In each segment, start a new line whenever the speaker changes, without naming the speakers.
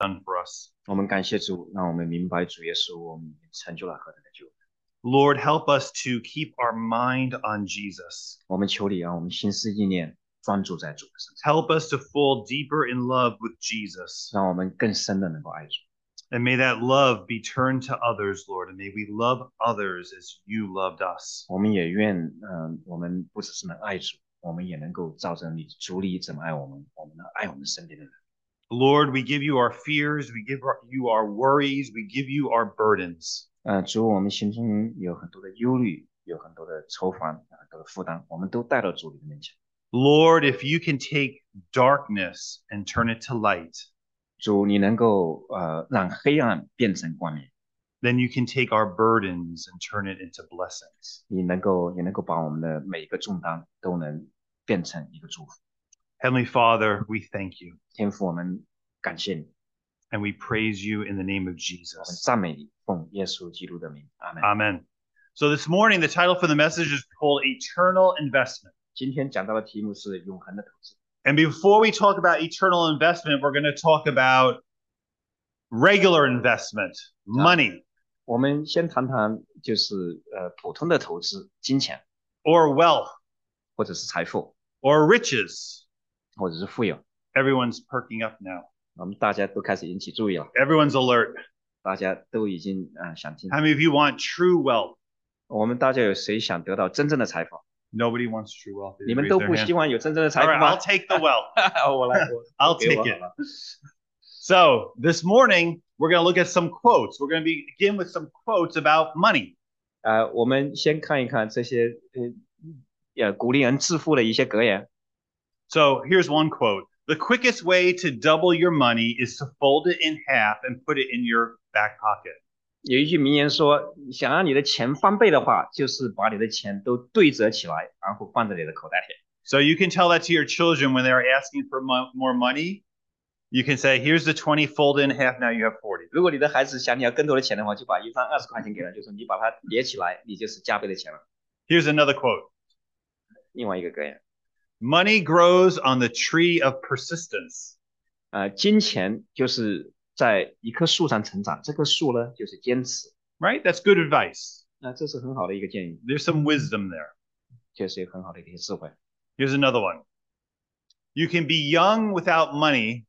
done for us.
我们感谢主，让我们明白主耶稣为我们已经成就了何等的救恩。
Lord, help us to keep our mind on Jesus.
我们求你啊让我们心思意念专注在主的身上，
Help us to fall deeper in love with Jesus.
让我们更深的能够爱主。
And may that love be turned to others, Lord. And may we love others as you loved us.
我们也愿，嗯、我们不只是能爱主，我们也能够照着你主你怎么爱我们，我们能爱我们身边的人。
Lord, we give you our fears, we give our- you our worries, we give you our burdens.
呃，主，我们心中有很多的忧虑，有很多的愁烦，有很多的负担，我们都带到主你的面前。
Lord, if you can take darkness and turn it to light,
主，你能够呃让黑暗变成光明，
then you can take our burdens and turn it into blessings.
你能够也能够把我们的每一个重担都能变成一个祝福。
Heavenly Father, we thank you
天父，我们感谢你，
and we praise you in the name of
我们
Jesus.
赞美你，奉耶稣基督的名，阿门。
Amen. So this morning, the title for the message is called Eternal Investment.
今天讲到的题目是永恒的投资。
And before we talk about eternal investment, we're going to talk about regular investment, money,
我们先谈谈就是呃普通的投资，金钱
or wealth,
或者是财富，
or riches.
或者是富有。
Everyone's perking up now.
我们大家都开始引起注意了，
Everyone's alert.
大家都已经嗯、呃想听。
How many of you want true wealth?
我们大家有谁想得到真正的财富？
Nobody wants true wealth. They
你们
raise
都
their
不
hand.
希望有真正的财
All
富
right, I'll
吗？
take the wealth.
我来，我
I'll
给
take
我
it.
好了
So this morning, we're going to look at some quotes. We're going to begin with some quotes about money.
呃，我们先看一看这些呃呃鼓励人致富的一些格言。
So here's one quote The quickest way to double your money is to fold it in half and put it in your back pocket.
有一句名言说：“想让你的钱翻倍的话，就是把你的钱都对折起来，然后放在你的口袋里。
So you can tell that to your children when they're asking for mo- more money. You can say, Here's the 20, fold it in half, now you have 40.
如果你的孩子想你要更多的钱的话，就把一张二十块钱给他，就说你把它叠起来，你就是加倍的钱了。
Here's another quote
另外一个格言，
Money grows on the tree of persistence.
呃，金钱就是在一棵树上成长，这棵树呢就是坚持。
Right? That's good advice.
那、这是很好的一个建议，
There's some wisdom there.
确实有很好的一些智慧。
Here's another one You can be young without money,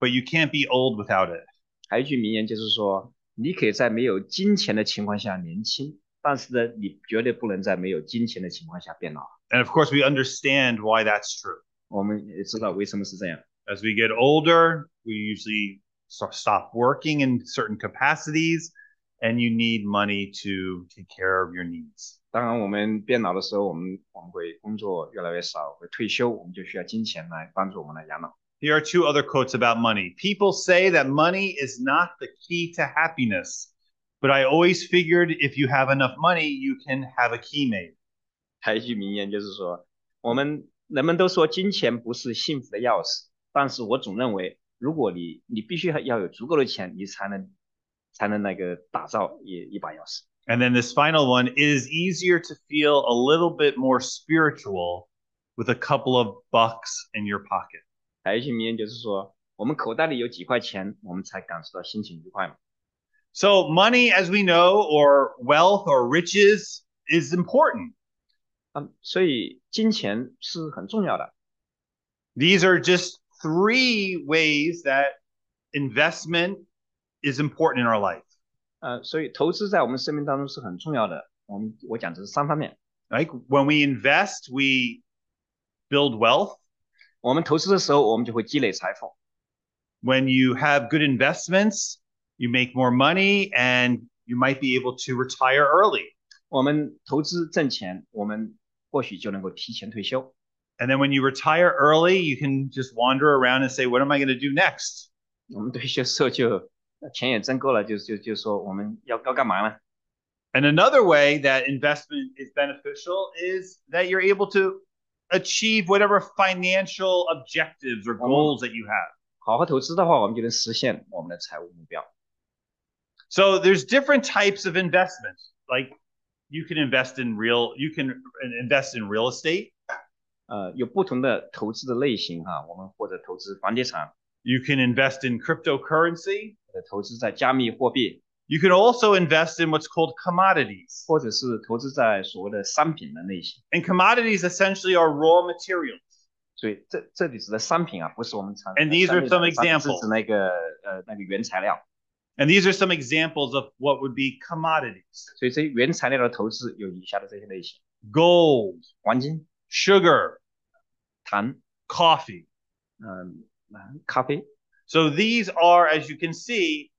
but you can't be old without it.
还有一句名言就是说，你可以在没有金钱的情况下年轻，但是呢，你绝对不能在没有金钱的情况下变老。
And of course, we understand why that's true.
我们也知道为什么是这样。
As we get older, we usually so- stop working in certain capacities, and you need money to take care of your needs.
当然，我们变老的时候，我们我们会工作越来越少，会退休，我们就需要金钱来帮助我们来养老。
Here are two other quotes about money. People say that money is not the key to happiness, but I always figured if you have enough money, you can have a key made.
还有一句名言就是说，我们人们都说金钱不是幸福的钥匙，但是我总认为，如果你你必须要有足够的钱，你才能才能那个打造一一把钥匙。
And then this final one it is easier to feel a little bit more spiritual with a couple of bucks in your pocket.
还有一句名言就是说，我们口袋里有几块钱，我们才感受到心情愉快嘛。
So money, as we know, or wealth or riches is important.
嗯，所以金钱是很重要的。
These are just three ways that investment is important in our life.
呃，所以投资在我们生命当中是很重要的。我们我讲的是三方面，
Like when we invest, we build wealth.
我们投资的时候，我们就会积累财富。
When you have good investments, you make more money and you might be able to retire early.
我们投资挣钱，我们或许就能够提前退休。
And then when you retire early, you can just wander around and say, What am I going to do next?
我们退休时候就钱也挣够了，就就就说我们要要干嘛呢？
And another way that investment is beneficial is that you're able to achieve whatever financial objectives or goals that you have.
好好投资的话，我们就能实现我们的财务目标。
So there's different types of investments. Like you can invest in real, you can invest in real estate.
呃，有不同的投资的类型哈、我们或者投资房地产，
You can invest in cryptocurrency.
呃投资在加密货币，
You can also invest in what's called commodities.
或者是投资在所谓的商品的类型。
And commodities essentially are raw materials.
所以这这里指的商品啊，不是我们常
And these are
商品
some
的商品是
examples.
指那个呃那个原材料。
And these are some examples of what would be commodities
所以这些原材料的投资有以下的这些类型：
gold,
黄金、
sugar,
糖、
coffee.
嗯、咖啡。
So these are, as you can see,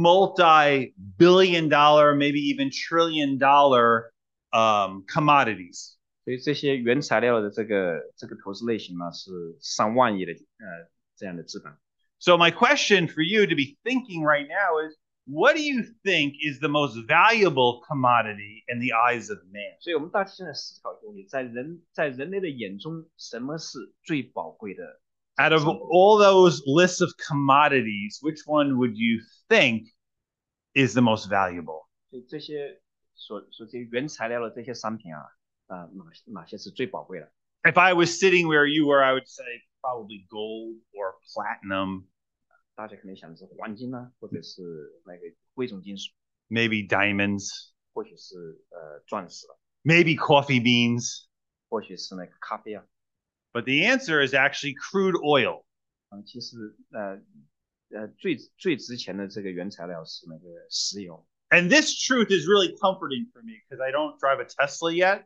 multi billion dollar, maybe even trillion dollar um, commodities.
所以这些原材料的这个这个投资类型呢，是上万亿的呃这样的资本。
So, my question for you to be thinking right now is what do you think is the most valuable commodity in the eyes of man?
所以我们大体现在思考一个问题，在人在人类的眼中，什么是最宝贵的？
Out of all those lists of commodities, which one would you think is the most valuable?
就这些所所这些原材料的这些商品啊，啊、哪些哪些是最宝贵的？
If I was sitting where you were, I would say probably gold or platinum,
大家可能想的是黄金呢、或者是那个贵重金属，
maybe diamonds,
或许是呃钻石了，
maybe coffee beans.
或许是那个咖啡啊。
But the answer is actually crude oil.
嗯，其实呃呃最最值钱的这个原材料是那个石油。
And this truth is really comforting for me because I don't drive a Tesla yet.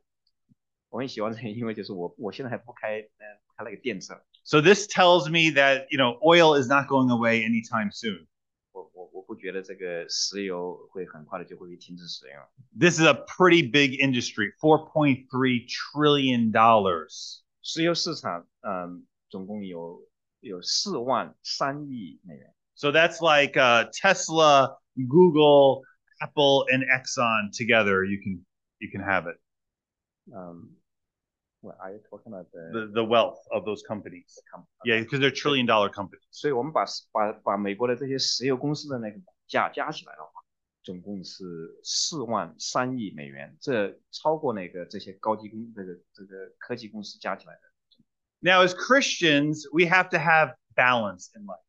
我很喜欢这个，因为就是我我现在还不开呃不开那个电车，
So this tells me that, you know, oil is not going away anytime soon.
我我我不觉得这个石油会很快的就会被停止使用。
This is a pretty big industry, $4.3 trillion.
石油市场嗯总共有有四万三亿美元，
So that's like uh, Tesla, Google, Apple, and Exxon together. You can you can have it.
嗯，我 are you talking about the-
The, the wealth of those companies.
the company？
Yeah, because they're trillion dollar companies.
所以我们把把把美国的这些石油公司的那个股价加起来的话，总共是四万三亿美元，这超过那个这些高级公这个这个科技公司加起来的。
Now, as Christians, we have to have balance in life.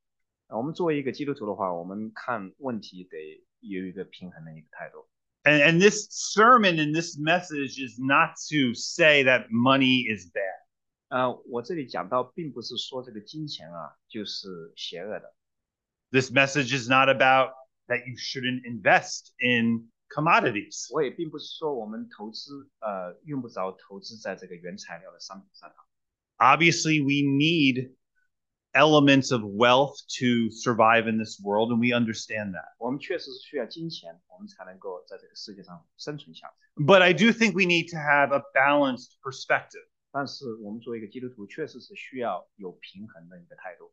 啊我们作为一个基督徒的话，我们看问题得有一个平衡的一个态度。
And, and this sermon and this message is not to say that money is bad.
啊、我这里讲到，并不是说这个金钱啊就是邪恶的，
This message is not about that you shouldn't invest in commodities.
我也并不是说我们投资呃用不着投资在这个原材料的商品上。
Obviously, we need elements of wealth to survive in this world, and we understand that.
我们确实是需要金钱，我们才能够在这个世界上生存下去。
But I do think we need to have a balanced perspective.
但是我们作为一个基督徒，确实是需要有平衡的一个态度。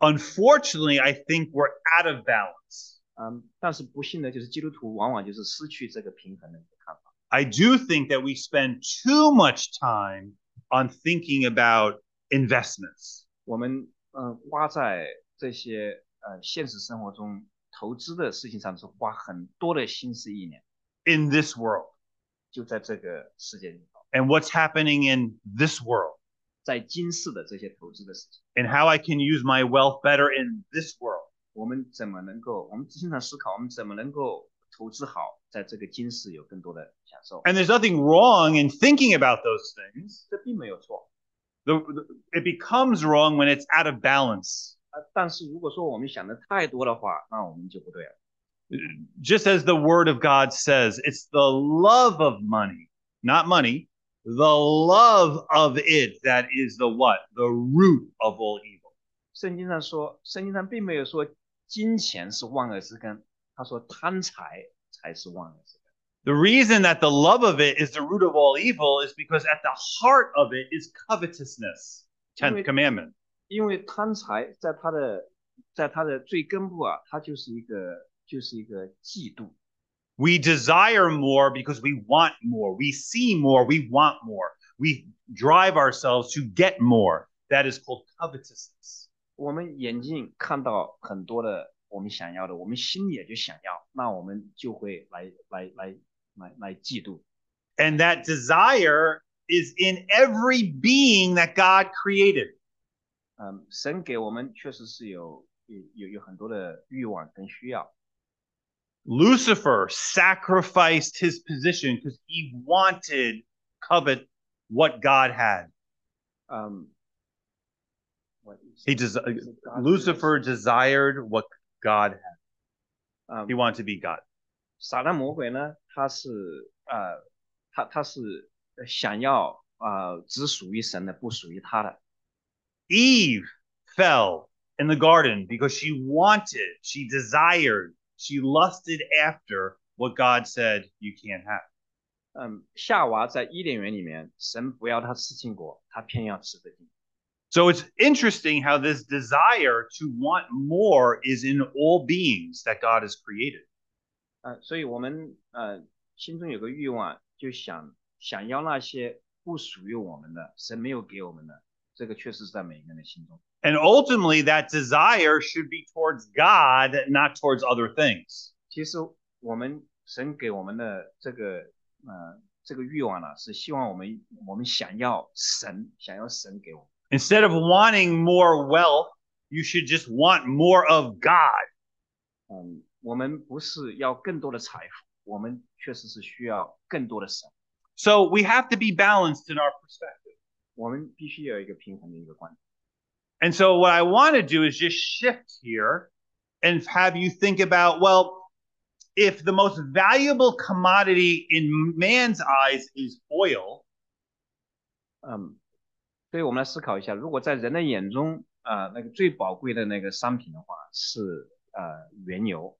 Unfortunately, I think we're out of balance.
嗯，但是不幸的就是基督徒往往就是失去这个平衡的一个看法。
I do think that we spend too much time on thinking about investments.
我们嗯、呃花在这些呃现实生活中投资的事情上是花很多的心思意念，
in this world
就在这个世界里头，
and what's happening in this world
在今世的这些投资的事情，
and how I can use my wealth better in this world.
我们怎么能够？我们经常思考，我们怎么能够投资好，在这个今世有更多的享受？
And there's nothing wrong in thinking about those things.
这并没有错。
The, the- it becomes wrong when it's out of balance.
呃，但是如果说我们想的太多的话，那我们就不对了。
Just as the word of God says, it's the love of money, not money, the love of it that is the what? The root of all evil.
圣经上说，圣经上并没有说金钱是万恶之根，他说贪财才是万恶之根。
The reason that the love of it is the root of all evil is because at the heart of it is covetousness. 10th
Right.
commandment.
因为贪财在他的在他的最根部啊，它就是一个就是一个嫉妒。
We desire more because we want more. We see more. We want more. We drive ourselves to get more. That is called covetousness.
我们眼睛看到很多的我们想要的，我们心里也就想要，那我们就会来来来来来嫉妒。
And that desire is in every being that God created.
嗯，神给我们确实是有有有有很多的欲望跟需要。
Lucifer sacrificed his position because he wanted, covet what God had.
嗯，what is-
He des-
is it God
Lucifer
given us?
desired what God had.
嗯
He，wanted to be God.
撒旦魔鬼呢，他是呃，他他是想要啊、呃，只属于神的，不属于他的。
Eve fell in the garden because she wanted, she desired, she lusted after what God said you can't have.
嗯，夏娃在伊甸园里面，神不要她吃禁果，她偏要吃这禁果。
So it's interesting how this desire to want more is in all beings that God has created.
呃，所以我们呃心中有个欲望，就想想要那些不属于我们的，神没有给我们的，这个确实是在每一个人的心中。
And ultimately, that desire should be towards God, not towards other things.
其实我们神给我们的这个呃这个欲望呢，是希望我们我们想要神，想要神给我们。
Instead of wanting more wealth, you should just want more of God.
嗯，我们不是要更多的财富，我们确实是需要更多的神。
So we have to be balanced in our perspective.
我们必须有一个平衡的一个观点。
And so, what I want to do is just shift here and have you think about well, if the most valuable commodity in man's eyes is oil,
嗯，所以我们来思考一下，如果在人的眼中，啊、那个最宝贵的那个商品的话是呃原油，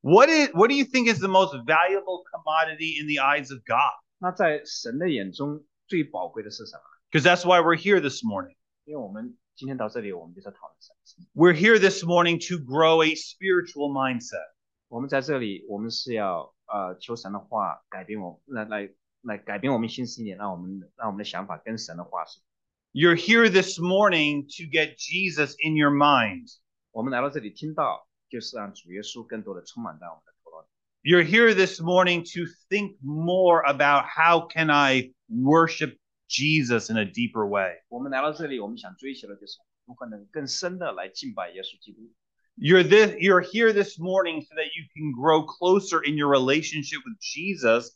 What is what do you think is the most valuable commodity in the eyes of God?
那在神的眼中最宝贵的是什么？
Because that's why we're here this morning.
因为我们今天到这里，我们就是讨论神。
We're here this morning to grow a spiritual mindset.
我们在这里，我们是要呃求神的话改变我，来来来改变我们心思意念，让我们让我们的想法跟神的话是。
You're here this morning to get Jesus in your mind.
我们来到这里听到，就是让主耶稣更多的充满在我们的头脑里。
You're here this morning to think more about how can I worship Jesus in a deeper way.
我们来到这里，我们想追求的就是如何能更深的来敬拜耶稣基督。
You're this you're here this morning so that you can grow closer in your relationship with Jesus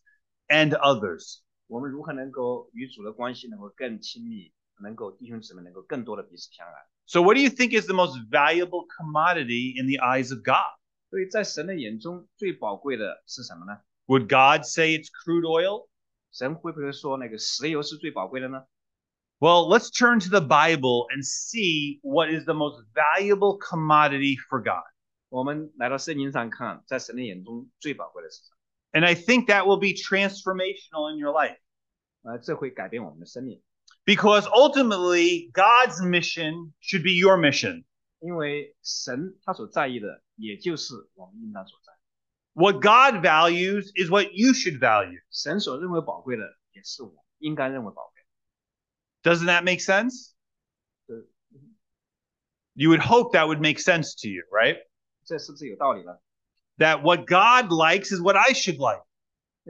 and others.
我们如何能够与主的关系能够更亲密，能够弟兄姊妹能够更多的彼此相爱。
So, what do you think is the most valuable commodity in the eyes of God?
所以在神的眼中，最宝贵的是什么呢？
Would God say it's crude oil?
神会不会说那个石油是最宝贵的呢？
Well, let's turn to the Bible and see what is the most valuable commodity for God.
我们来到圣经上看，在神的眼中最宝贵的是什
And I think that will be transformational in your life
么？呃，这会改变我们的生命，
because ultimately God's mission should be your mission.
因为神他所在意的，也就是我们应当所在；
What God values is what you should value.
神所认为宝贵的，也是我应该认为宝贵
Doesn't that make sense?
的。这
You would hope that would make sense to you, right?
这是不是有道理呢？
That what God likes is what I should like.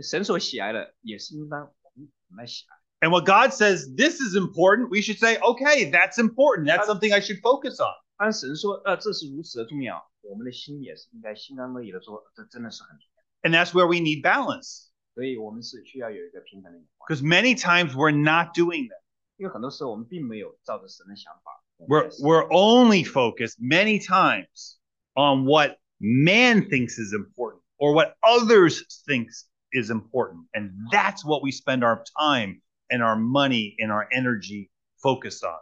神所喜爱的，也是应当我们我们来喜爱。
And what God says, this is important, we should say, okay, that's important. That's something I should focus on.
按神说，呃，这是如此的重要，我们的心也是应该心安乐意的说，这真的是很重要。
And that's where we need balance
所以我们是需要有一个平衡的眼光，
because many times we're not doing that.
因为很多时候我们并没有照着神的想法。我们
We're,
在思
we're only focused many times on what man thinks is important or what others thinks is important. And that's what we spend our time and our money and our energy focused on.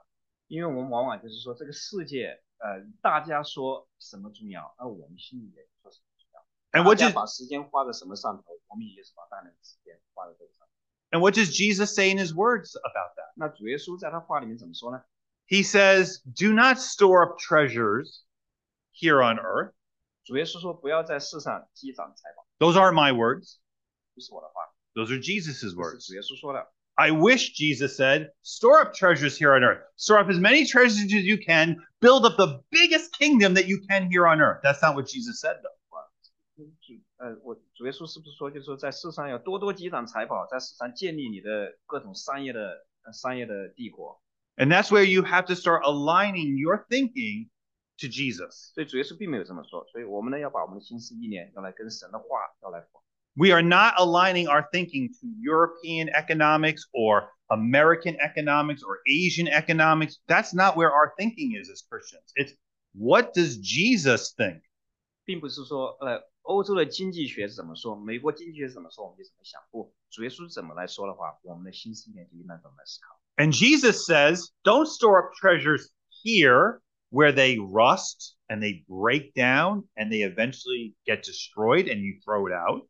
因为我们往往就是说这个世界，呃，大家说什么重要，而我们心里也说什么重要。
And what
大
does
家把时间花在什么上头，我们也是把大量的时间花在这个上头。
and what does Jesus say in his words about that?
那主耶稣在他话里面怎么说呢？
He says, "Do not store up treasures here on earth."
主耶稣说：“不要在世上积攒财宝。
Those aren't my words. ”
不是我的话，
Those are Jesus's
这是
words.
主耶稣说的。
I wish Jesus said, "Store up treasures here on earth. Store up as many treasures as you can. Build up the biggest kingdom that you can here on earth." That's not what Jesus said, though.
嗯主呃，我主耶稣是不是说，就是说在世上要多多积攒财宝，在世上建立你的各种商业的、呃商业的帝国？
And that's where you have to start aligning your thinking to Jesus.
所以主耶稣并没有这么说，所以我们呢要把我们的心思意念要来跟神的话要来符
We are not aligning our thinking to European economics or American economics or Asian economics. That's not where our thinking is as Christians. It's what does Jesus think?
并不是说呃欧洲的经济学怎么说，美国经济学怎么说我们就怎么想。不，主耶稣怎么来说的话，我们的心思意念就应该怎么来思考。
And Jesus says, don't store up treasures here where they rust and they break down and they eventually get destroyed and you throw it out.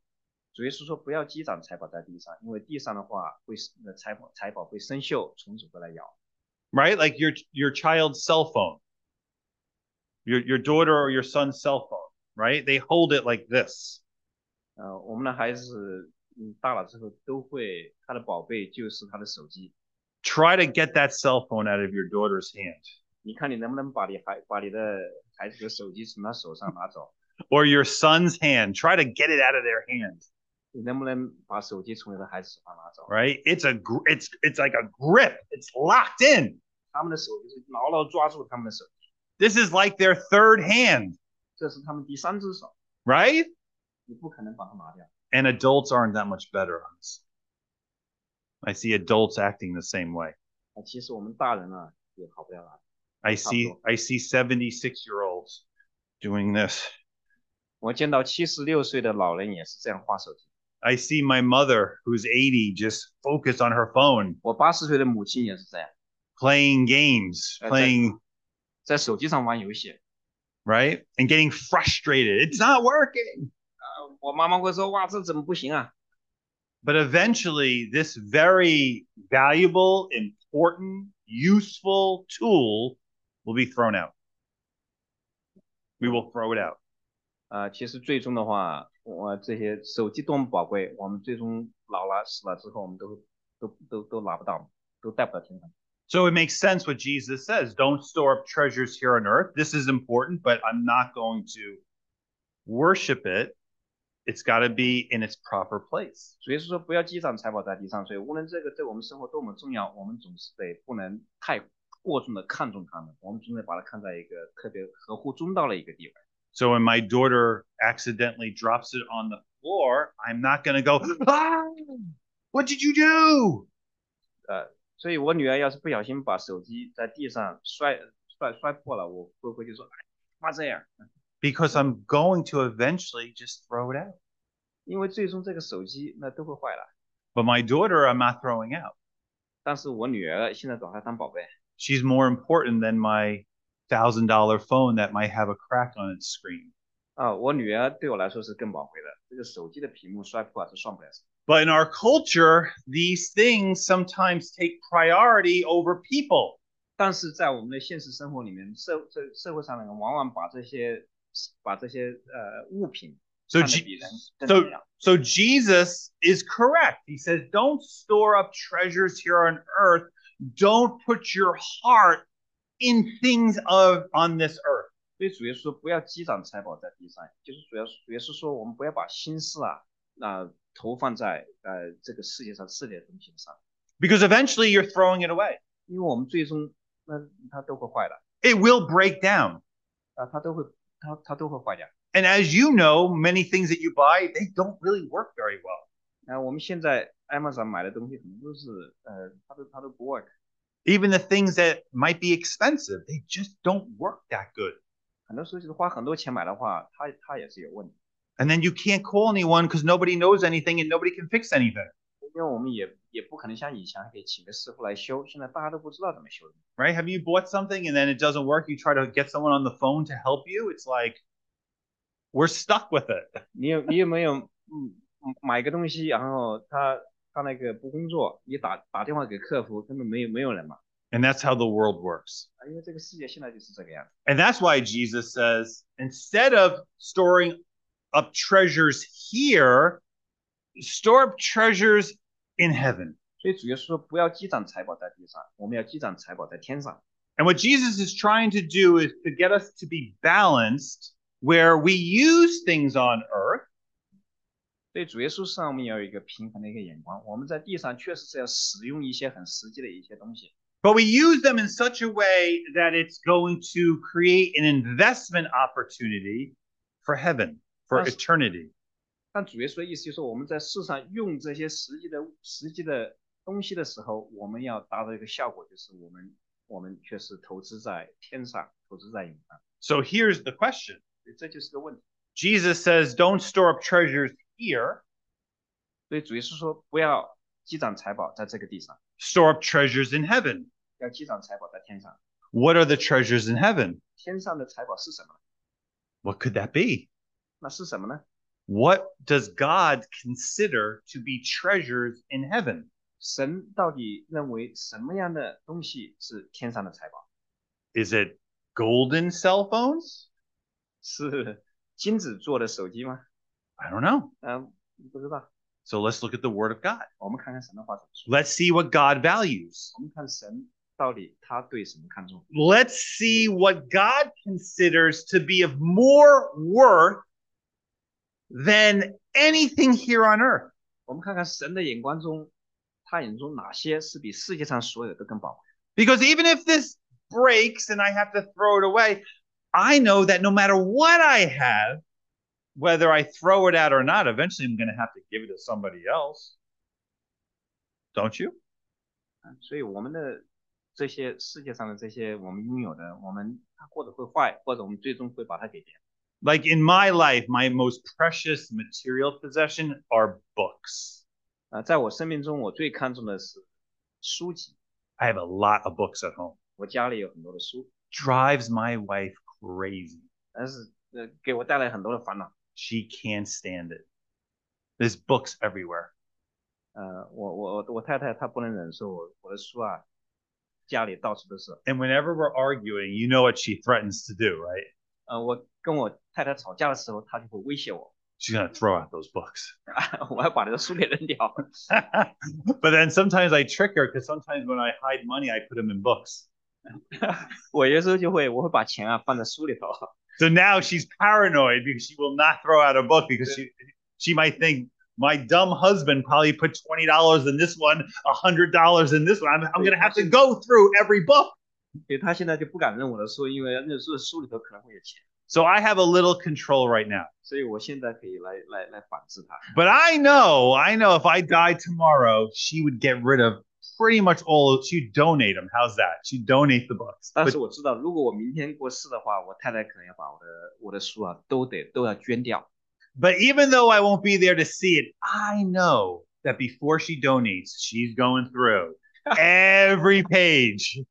主耶稣说不要积攒财宝在地上，因为地上的话会呃财宝财宝会生锈，虫子会来咬。
right? Like your your child's cell phone, your your daughter or your son's cell phone, right? They hold it like this,
呃，我们的孩子嗯大了之后都会他的宝贝就是他的手机。
try to get that cell phone out of your daughter's hand
你看你能不能把你孩把你的孩子的手机从他手上拿走？
or your son's hand. Try to get it out of their hand,
你能不能把手机从你的孩子手上拿走？
right? It's a gr- it's it's like a grip. It's locked in.
他们的手就是牢牢抓住他们的手，
This is like their third hand,
这是他们第三只手，
right?
你不可能把它拿掉。
And adults aren't that much better on this. I see adults acting the same way.
啊，其实我们大人啊也好不了哪里。
I see I see 76 year olds doing this.
我见到七十六岁的老人也是这样划手机，
I see my mother, who's 80, just focused on her phone,
我八十岁的母亲也是这样，
playing games,
That's
playing,
在手机上玩游戏。
right? And getting frustrated. It's not working.
呃，我妈妈会说：“哇，这怎么不行啊
But eventually, this very valuable, important, useful tool will be thrown out. We will throw it out.？”
呃，其实最终的话，我这些手机多么宝贵，我们最终老了死了之后，我们都都都都拿不到，都带不到天上。
So it makes sense what Jesus says don't store up treasures here on earth. This is important, but I'm not going to worship it. It's got to be in its proper place.
所以说，不要积攒财宝在地上。所以，无论这个对我们生活多么重要，我们总是得不能太过重的看重它们，我们总得把它看在一个特别合乎中道的一个地位。
So when my daughter accidentally drops it on the floor, I'm not going to go, ah, what did you do?
所以我女儿要是不小心把手机在地上摔摔摔破了，我会回去说：“哎，妈这样。
Because I'm going to eventually just throw it out. ”
因为最终这个手机那都会坏了。
But my daughter, I'm not throwing out.
但是我女儿现在把它当宝贝，
She's more important than my $1,000 phone that might have a crack on its screen.
啊，我女儿对我来说是更宝贵的。这个手机的屏幕摔破了是算不了什么。
But in our culture, these things sometimes take priority over people.
但是在我们的现实生活里面，社社社会上的人往往把这些把这些呃物品
So,
看得
Je-
比人更
so-
重要。
So Jesus is correct. He says, Don't store up treasures here on earth. Don't put your heart in things of on this earth.
所以主耶稣说不要积攒财宝在地上，就是主要主耶稣说我们不要把心思啊那、投放在呃这个世界上世界的东西上，
Because eventually you're throwing it away.
因为我们最终那它都会坏的
It will break down.
啊，它都会它它都会坏掉。
And as you know, many things that you buy, they don't really work very well.
啊、我们现在 Amazon 买的东西很多都是呃它都它都不 work，
Even the things that might be expensive, they just don't work that good.
很多时候就是花很多钱买的话，它它也是有问题。
And then you can't call anyone because nobody knows anything and nobody can fix anything.
因为我们也也不可能像以前还可以请个师傅来修，现在大家都不知道怎么修了。
right? Have you bought something and then it doesn't work? You try to get someone on the phone to help you. It's like we're stuck with it.
你有你有没有嗯嗯买个东西，然后他他那个不工作，你打打电话给客服，根本没有没有人嘛，
And that's how the world works.
啊因为这个世界现在就是这个样子。
And that's why Jesus says instead of storing up treasures here, store up treasures in heaven.
所以主耶稣说，不要积攒财宝在地上，我们要积攒财宝在天上。
And what Jesus is trying to do is to get us to be balanced where we use things on earth.
所以主耶稣上我们要有一个平衡的一个眼光，我们在地上确实是要使用一些很实际的一些东西，
But we use them in such a way that it's going to create an investment opportunity for heaven, for
That's-
eternity.
但主耶稣的意思就是，我们在世上用这些实际的实际的东西的时候，我们要达到一个效果，就是我们我们却是投资在天上，投资在云上，
So here's the question
所以这就是个问题。
Jesus says, Don't store up treasures here,
所以主耶稣说，不要积攒财宝在这个地上，
store up treasures in heaven.
要积攒财宝在天上。
What are the treasures in heaven?
天上的财宝是什么呢？
What could that be?
那是什么呢？
What does God consider to be treasures in heaven?
神到底认为什么样的东西是天上的财宝？
Is it golden cell phones?
是 金子做的手机吗？
I don't know.
嗯、不知道。
So let's look at the word of God.
我们看看神的话怎么说。
Let's see what God values.
我们看神到底他对什么看重。
Let's see what God considers to be of more worth than anything here on earth.
我们看看神的眼光中，他眼中哪些是比世界上所有的都更宝贵？
Because even if this breaks and I have to throw it away, I know that no matter what I have, whether I throw it out or not, eventually I'm going to have to give it to somebody else. Don't you?
嗯所以我们的这些世界上的这些我们拥有的，我们它或者会坏，或者我们最终会把它给别人。
Like in my life, my most precious material possession are books.
啊、在我生命中，我最看重的是书籍，
I have a lot of books at home.
我家里有很多的书，
Drives my wife crazy.
但是呃，给我带来很多的烦恼。
She can't stand it. There's books everywhere.
呃，我我我我太太她不能忍受我我的书啊，家里到处都是。
And whenever we're arguing, you know what she threatens to do, right?
呃，我跟我太太吵架的时候，她就会威胁我，
She's going to throw out those books.
我要把这个书给扔掉。
but then sometimes I trick her because sometimes when I hide money, I put them in books.
我有时候就会，我会把钱啊放在书里头，
So now she's paranoid because she will not throw out a book because she she might think my dumb husband probably put twenty dollars in this one, hundred dollars in this one. I'm, I'm gonna have to go through every book.
所以他现在就不敢扔我的书，因为扔书书里头可能会有钱，
So I have a little control right now.
所以我现在可以来来来反制他。
But I know, I know if I died tomorrow, she would get rid of pretty much all of she'd donate them. How's that? She'd donate the books.
但
But
是我知道，如果我明天过世的话，我太太可能要把我的我的书啊都得都要捐掉。
But even though I won't be there to see it, I know that before she donates, she's going through every page.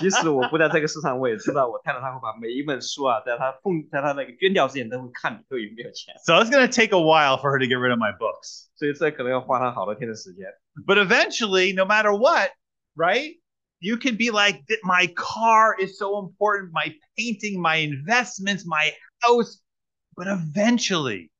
即使我不在这个世上，我也知道我太太她会把每一本书啊，在她奉在她那个捐掉之前都会看里头有没有钱，
So it's going to take a while for her to get rid of my books.
所以这可能要花她好多天的时间。
But eventually, no matter what, right? You could be like, "Th- my car is so important, my painting, my investments, my house. But eventually,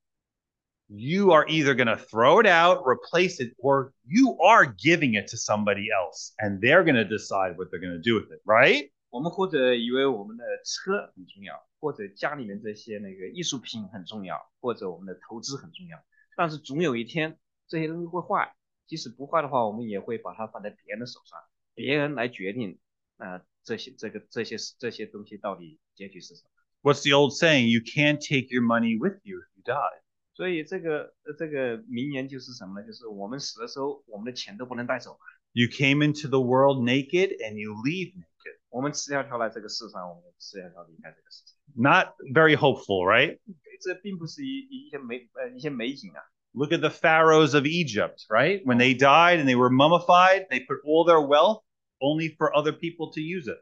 you are either going to throw it out, replace it, or you are giving it to somebody else. And they're going to decide what they're going to do with it, right?
我们或者以为我们的车很重要，或者家里面这些那个艺术品很重要，或者我们的投资很重要，但是总有一天这些东西会坏，即使不坏的话，我们也会把它放在别人的手上，别人来决定，啊、这些这个这些这些东西到底结局是什么。
what's the old saying? You can't take your money with you if you die.
所以这个呃这个名言就是什么呢？就是我们死的时候，我们的钱都不能带走。
You came into the world naked and you leave naked.
我们赤条条来这个世上，我们赤条条离开这个世界。
Not very hopeful, right?
这并不是一一些美呃一些美景啊，
Look at the pharaohs of Egypt, right? When they died and they were mummified, they put all their wealth only for other people to use it.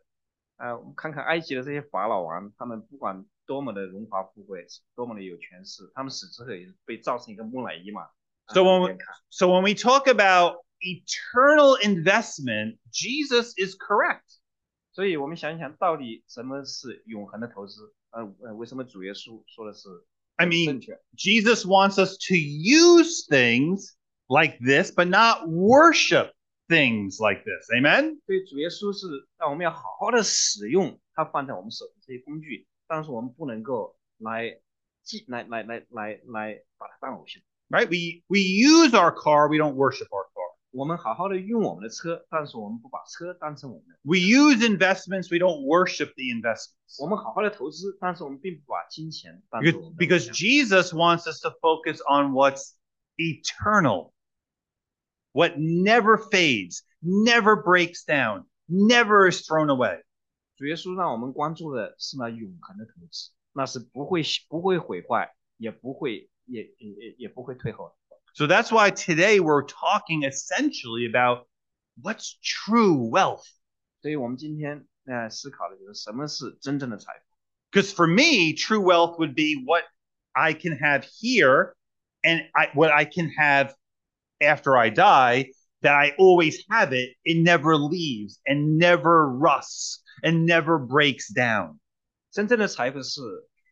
啊，我们看看埃及的这些法老王，他们不管多么的荣华富贵，多么的有权势，他们死之后也是被造成一个木乃伊嘛。啊
So
给
when
别
we,
人看
so when we talk about eternal investment, Jesus is correct.
所以我们想一想，到底什么是永恒的投资？呃呃，为什么主耶稣说的是
I
正
mean,
确？
Jesus wants us to use things like this, but not worship things like this. Amen?
所以主耶稣是让我们要好好的使用它放在我们手上这些工具，但是我们不能够来记来来来来来把它当偶像。
right? We we use our car, we don't worship our car.
我我们好好的用我们的车，但是我们不把车当成我们的；
We use investments, we don't worship the investments.
我们好好的投资，但是我们并不把金钱当
Because,
成我们的
because
偶像
Jesus wants us to focus on what's eternal, what never fades, never breaks down, never is thrown away.
主耶稣让我们关注的是那永恒的投资，那是不会不会毁坏，也不会也也也也不会退后的。
So that's why today we're talking essentially about what's true wealth.
所以我们今天呃思考的就是什么是真正的财富。
Because for me, true wealth would be what I can have here and I, what I can have after I die, that I always have it. It never leaves and never rusts and never breaks down.
真正的财富是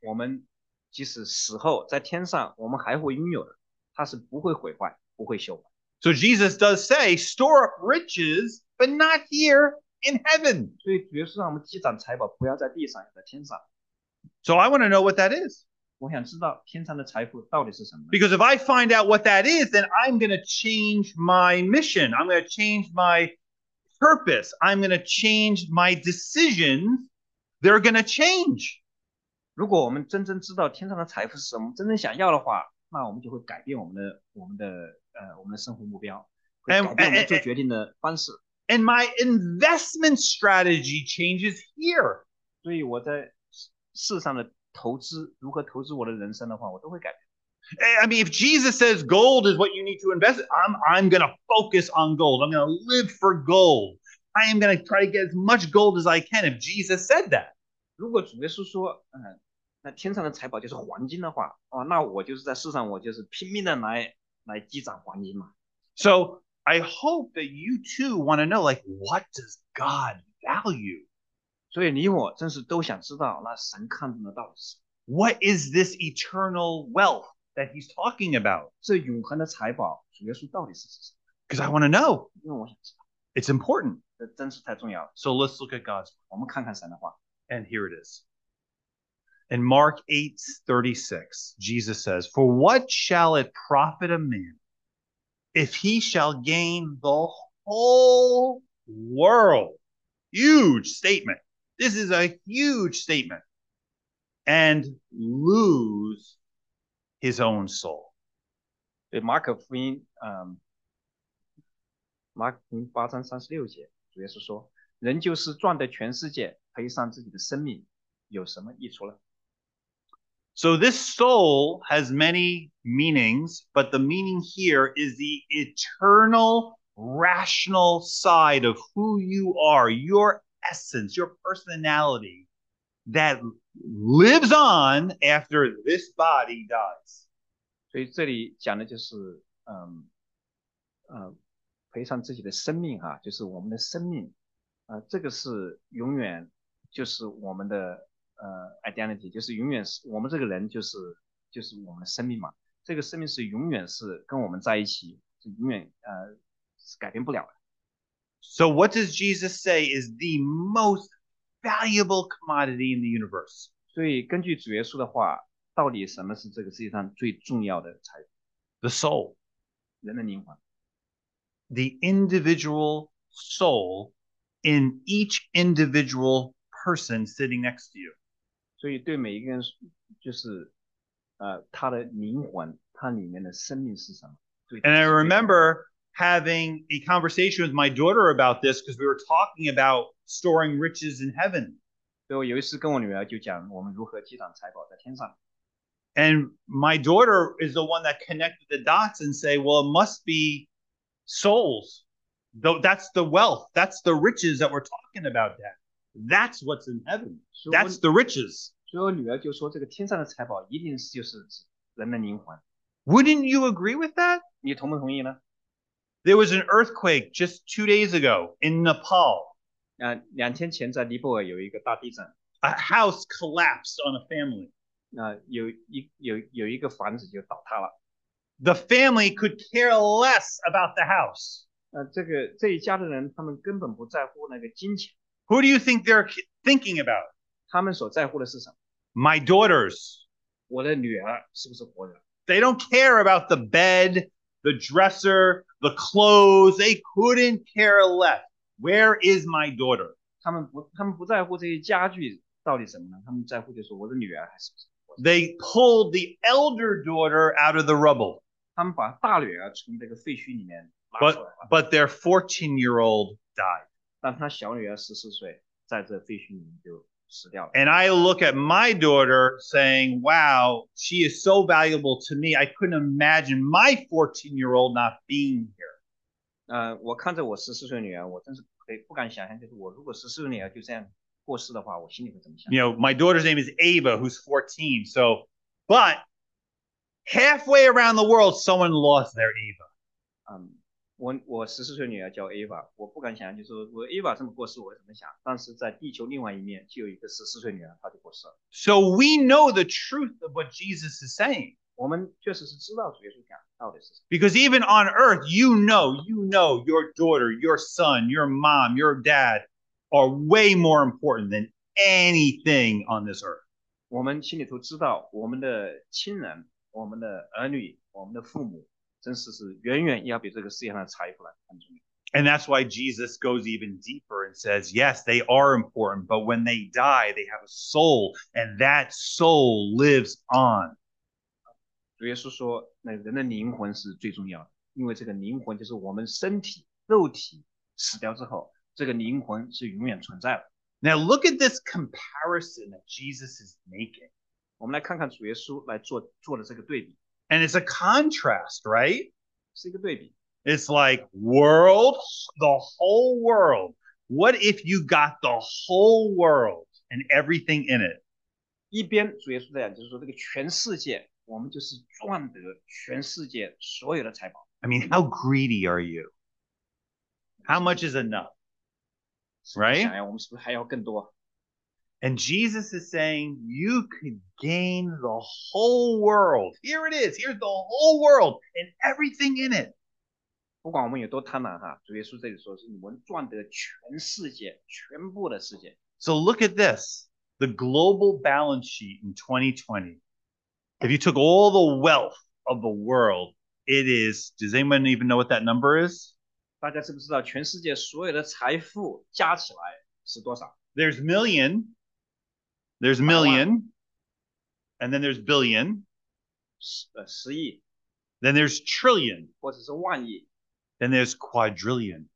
我们即使死后在天上，我们还会拥有的，它是不会毁坏，不会朽坏。
So Jesus does say, store up riches, but not here in heaven.
所以主耶稣让我们积攒财宝，不要在地上，要在天上。
So I want to know what that is.
我想知道天上的财富到底是什么呢？
Because if I find out what that is, then I'm going to change my mission. I'm going to change my purpose. I'm going to change my decisions. They're going to change.
如果我们真正知道天上的财富是什么，真正想要的话，那我们就会改变我们的我们的呃我们的生活目标，会
哎
改变我
哎哎
们做决定的方式。
And my investment strategy changes here.
所以我在世世上的投资，如何投资我的人生的话，我都会改变。
I- I mean, if Jesus says gold is what you need to invest, in, I'm I'm going to focus on gold. I'm going to live for gold. I am going to try to get as much gold as I can. If Jesus said that,
如果主耶稣说，嗯，那天上的财宝就是黄金的话，哦，那我就是在世上，我就是拼命的来来积攒黄金嘛。
so I hope that you too want to know, like, what does God value?
所以你我真是都想知道，那神看重的到底是什么？
What is this eternal wealth that He's talking about?
这永恒的财宝，主耶稣到底是什
Because I want to know.
么？因为我想知道，
It's important.
这真是太重要了。
So let's look at God's.
我们看看神的话。
And here it is. In Mark 8 36, Jesus says, For what shall it profit a man if he shall gain the whole world? Huge statement. This is a huge statement. And lose his own soul.
对，马可福音，嗯，马可福音八章三十六节，主耶稣说：“人就是赚得全世界，赔上自己的生命，有什么益处呢
So this soul has many meanings, but the meaning here is the eternal, rational side of who you are, your essence, your personality that lives on after this body dies.？”
所以这里讲的就是，嗯，呃，赔上自己的生命啊，就是我们的生命，呃，这个是永远就是我们的呃 identity，就是永远是我们这个人就是就是我们的生命嘛，这个生命是永远是跟我们在一起，是永远呃是改变不了的。
So what does Jesus say is the most valuable commodity in the universe?
所以根据主耶稣的话，到底什么是这个世界上最重要的财富？
The soul,
人的灵魂，
the individual soul in each individual person sitting next to you.
所以对每一个人就是，呃，他的灵魂，它里面的生命是什么？对。
And I remember having a conversation with my daughter about this because we were talking about storing riches in heaven.
所以我有一次跟我女儿就讲我们如何积攒财宝在天上，
And my daughter is the one that connected the dots and say, well, it must be souls. Though that's the wealth, that's the riches that we're talking about. That that's what's in heaven.
所以我
That's the riches.
所以我女儿就说这个天上的财宝一定是就是指人的灵魂，
Wouldn't you agree with that?
你同不同意呢？
There was an earthquake just two days ago in Nepal.
啊、两天前在尼泊尔有一个大地震，
A house collapsed on a family.
啊、有一有有一个房子就倒塌了。
The family could care less about the house.
呃，这个这一家的人，他们根本不在乎那个金钱，
Who do you think they're thinking about?
他们所在乎的是什么？
My daughters.
我的女儿是不是活着？
They don't care about the bed, the dresser, the clothes. They couldn't care less. Where is my daughter?
他们不，他们不在乎这些家具到底什么呢？他们在乎就是我的女儿还是不是活着。
They pulled the elder daughter out of the rubble,
他们把大女儿从这个废墟里面拉出来了，
but their 14 year old died.
但他小女儿十四岁，在这废墟里面就死掉了。
And I look at my daughter saying, wow, she is so valuable to me. I couldn't imagine my 14 year old not being here.
呃，我看着我十四岁女儿，我真是可以不敢想象，就是我如果十四岁女儿就这样过世的话，我心里会怎么想
You？know, my daughter's name is Ava, who's 14. So, but halfway around the world, someone lost their Ava.
嗯，我我十四岁女儿叫 Ava，我不敢想象，就是说如果 Ava 这么过世，我会怎么想？但是在地球另外一面，就有一个十四岁女儿，她就过世了。
So we know the truth of what Jesus is saying.
我们确实是知道主耶稣讲到底是什么，
Because even on earth, you know, you know your daughter, your son, your mom, your dad are way more important than anything on this earth.
我们心里头知道我们的亲人、我们的儿女、我们的父母，真是是远远要比这个世界上的财富来看重要。
And that's why Jesus goes even deeper and says, yes, they are important, but when they die, they have a soul, and that soul lives on.
主耶稣说，那人的灵魂是最重要的，因为这个灵魂就是我们身体、肉体死掉之后，这个灵魂是永远存在的。
Now look at this comparison that Jesus is making.
我们来看看主耶稣来做做的这个对比，
And it's a contrast, right?
是一个对比。
It's like world, the whole world. What if you got the whole world and everything in it?
一边主耶稣在讲，就是说这个全世界，我们就是赚得全世界所有的财宝，
I mean, how greedy are you? How much is enough?
是不是
Right?
想要我们是不是还要更多？
And Jesus is saying you could gain the whole world. Here it is. Here's the whole world and everything in it.
不管我们有多贪婪哈，主耶稣这里说是我们赚得全世界，全部的世界。
So look at this the global balance sheet in 2020. If you took all the wealth of the world, it is, does anyone even know what that number is?
大家知不知道全世界所有的财富加起来是多少？
There's million, there's million, and then there's billion,
十呃十亿
then there's trillion,
或者是万亿、
then there's quadrillion.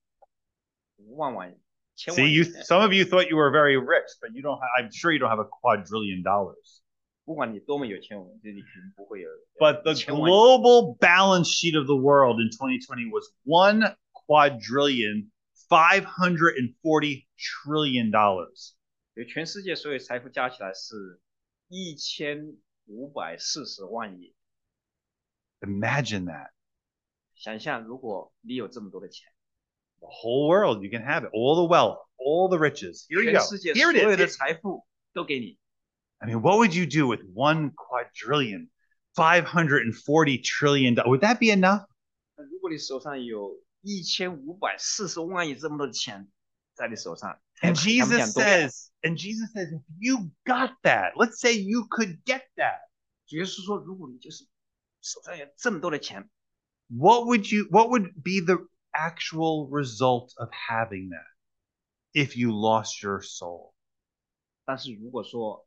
万万亿、千万
See,
亿。
you, some of you thought you were very rich, but you don't, ha- I'm sure you don't have a quadrillion dollars.
不管你多么有钱，我们这里肯定 不会有。
But the
千万亿
global balance sheet of the world in 2020 was one quadrillion, 540 trillion dollars.
就全世界所有财富加起来是一千五百四十万亿。
Imagine that.
想象如果你有这么多的钱，
The whole world, you can have it. All the wealth, all the riches. Here you
全
go.
世界
Here
所
it
有的
is.
财富都给你，
I mean, what would you do with one quadrillion, 540 trillion? do- Would that be enough?
那如果你手上有一千五百四十万亿这么多的钱在你手上，
And
还想不
Jesus
想多
says, and Jesus says, if you got that, let's say you could get that.
主耶稣说，如果你就是手上有这么多的钱，
what would you what would be the actual result of having that if you lost your soul
但是如果说，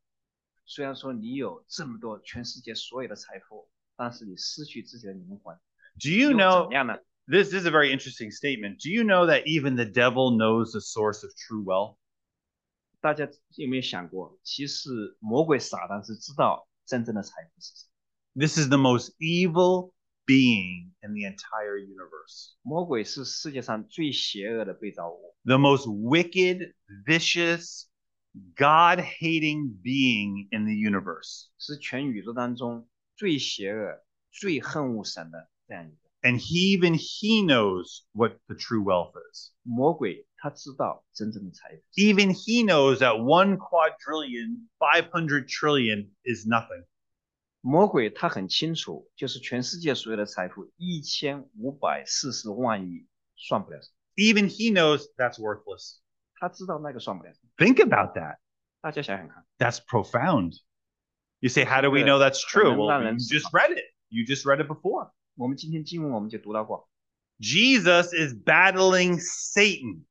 虽然说你有这么多全世界所有的财富，但是你失去自己的灵魂，
do you
又怎
know
么样呢？
this is a very interesting statement do you know that even the devil knows the source of true wealth
大家有没有想过，其实魔鬼撒旦是知道真正的财富是什么。
this is the most evil being in the entire universe
魔鬼是世界上最邪恶的被造物，
the most wicked vicious god hating being in the universe
是全宇宙当中最邪恶、最恨恶神的这样一个
and he even he knows what the true wealth is
魔鬼。他知道真正的财富是什么，
even he knows that one quadrillion, 500 trillion is nothing.
魔鬼他很清楚，就是全世界所有的财富一千五百四十万亿算不了什么，
Even he knows that's worthless.
他知道那个算不了什么。
Think about that.
大家想想看，
That's profound. You say, how do we know that's true? Well, you just read it. You just read it before.
我们今天经文我们就读到过，
Jesus is battling Satan.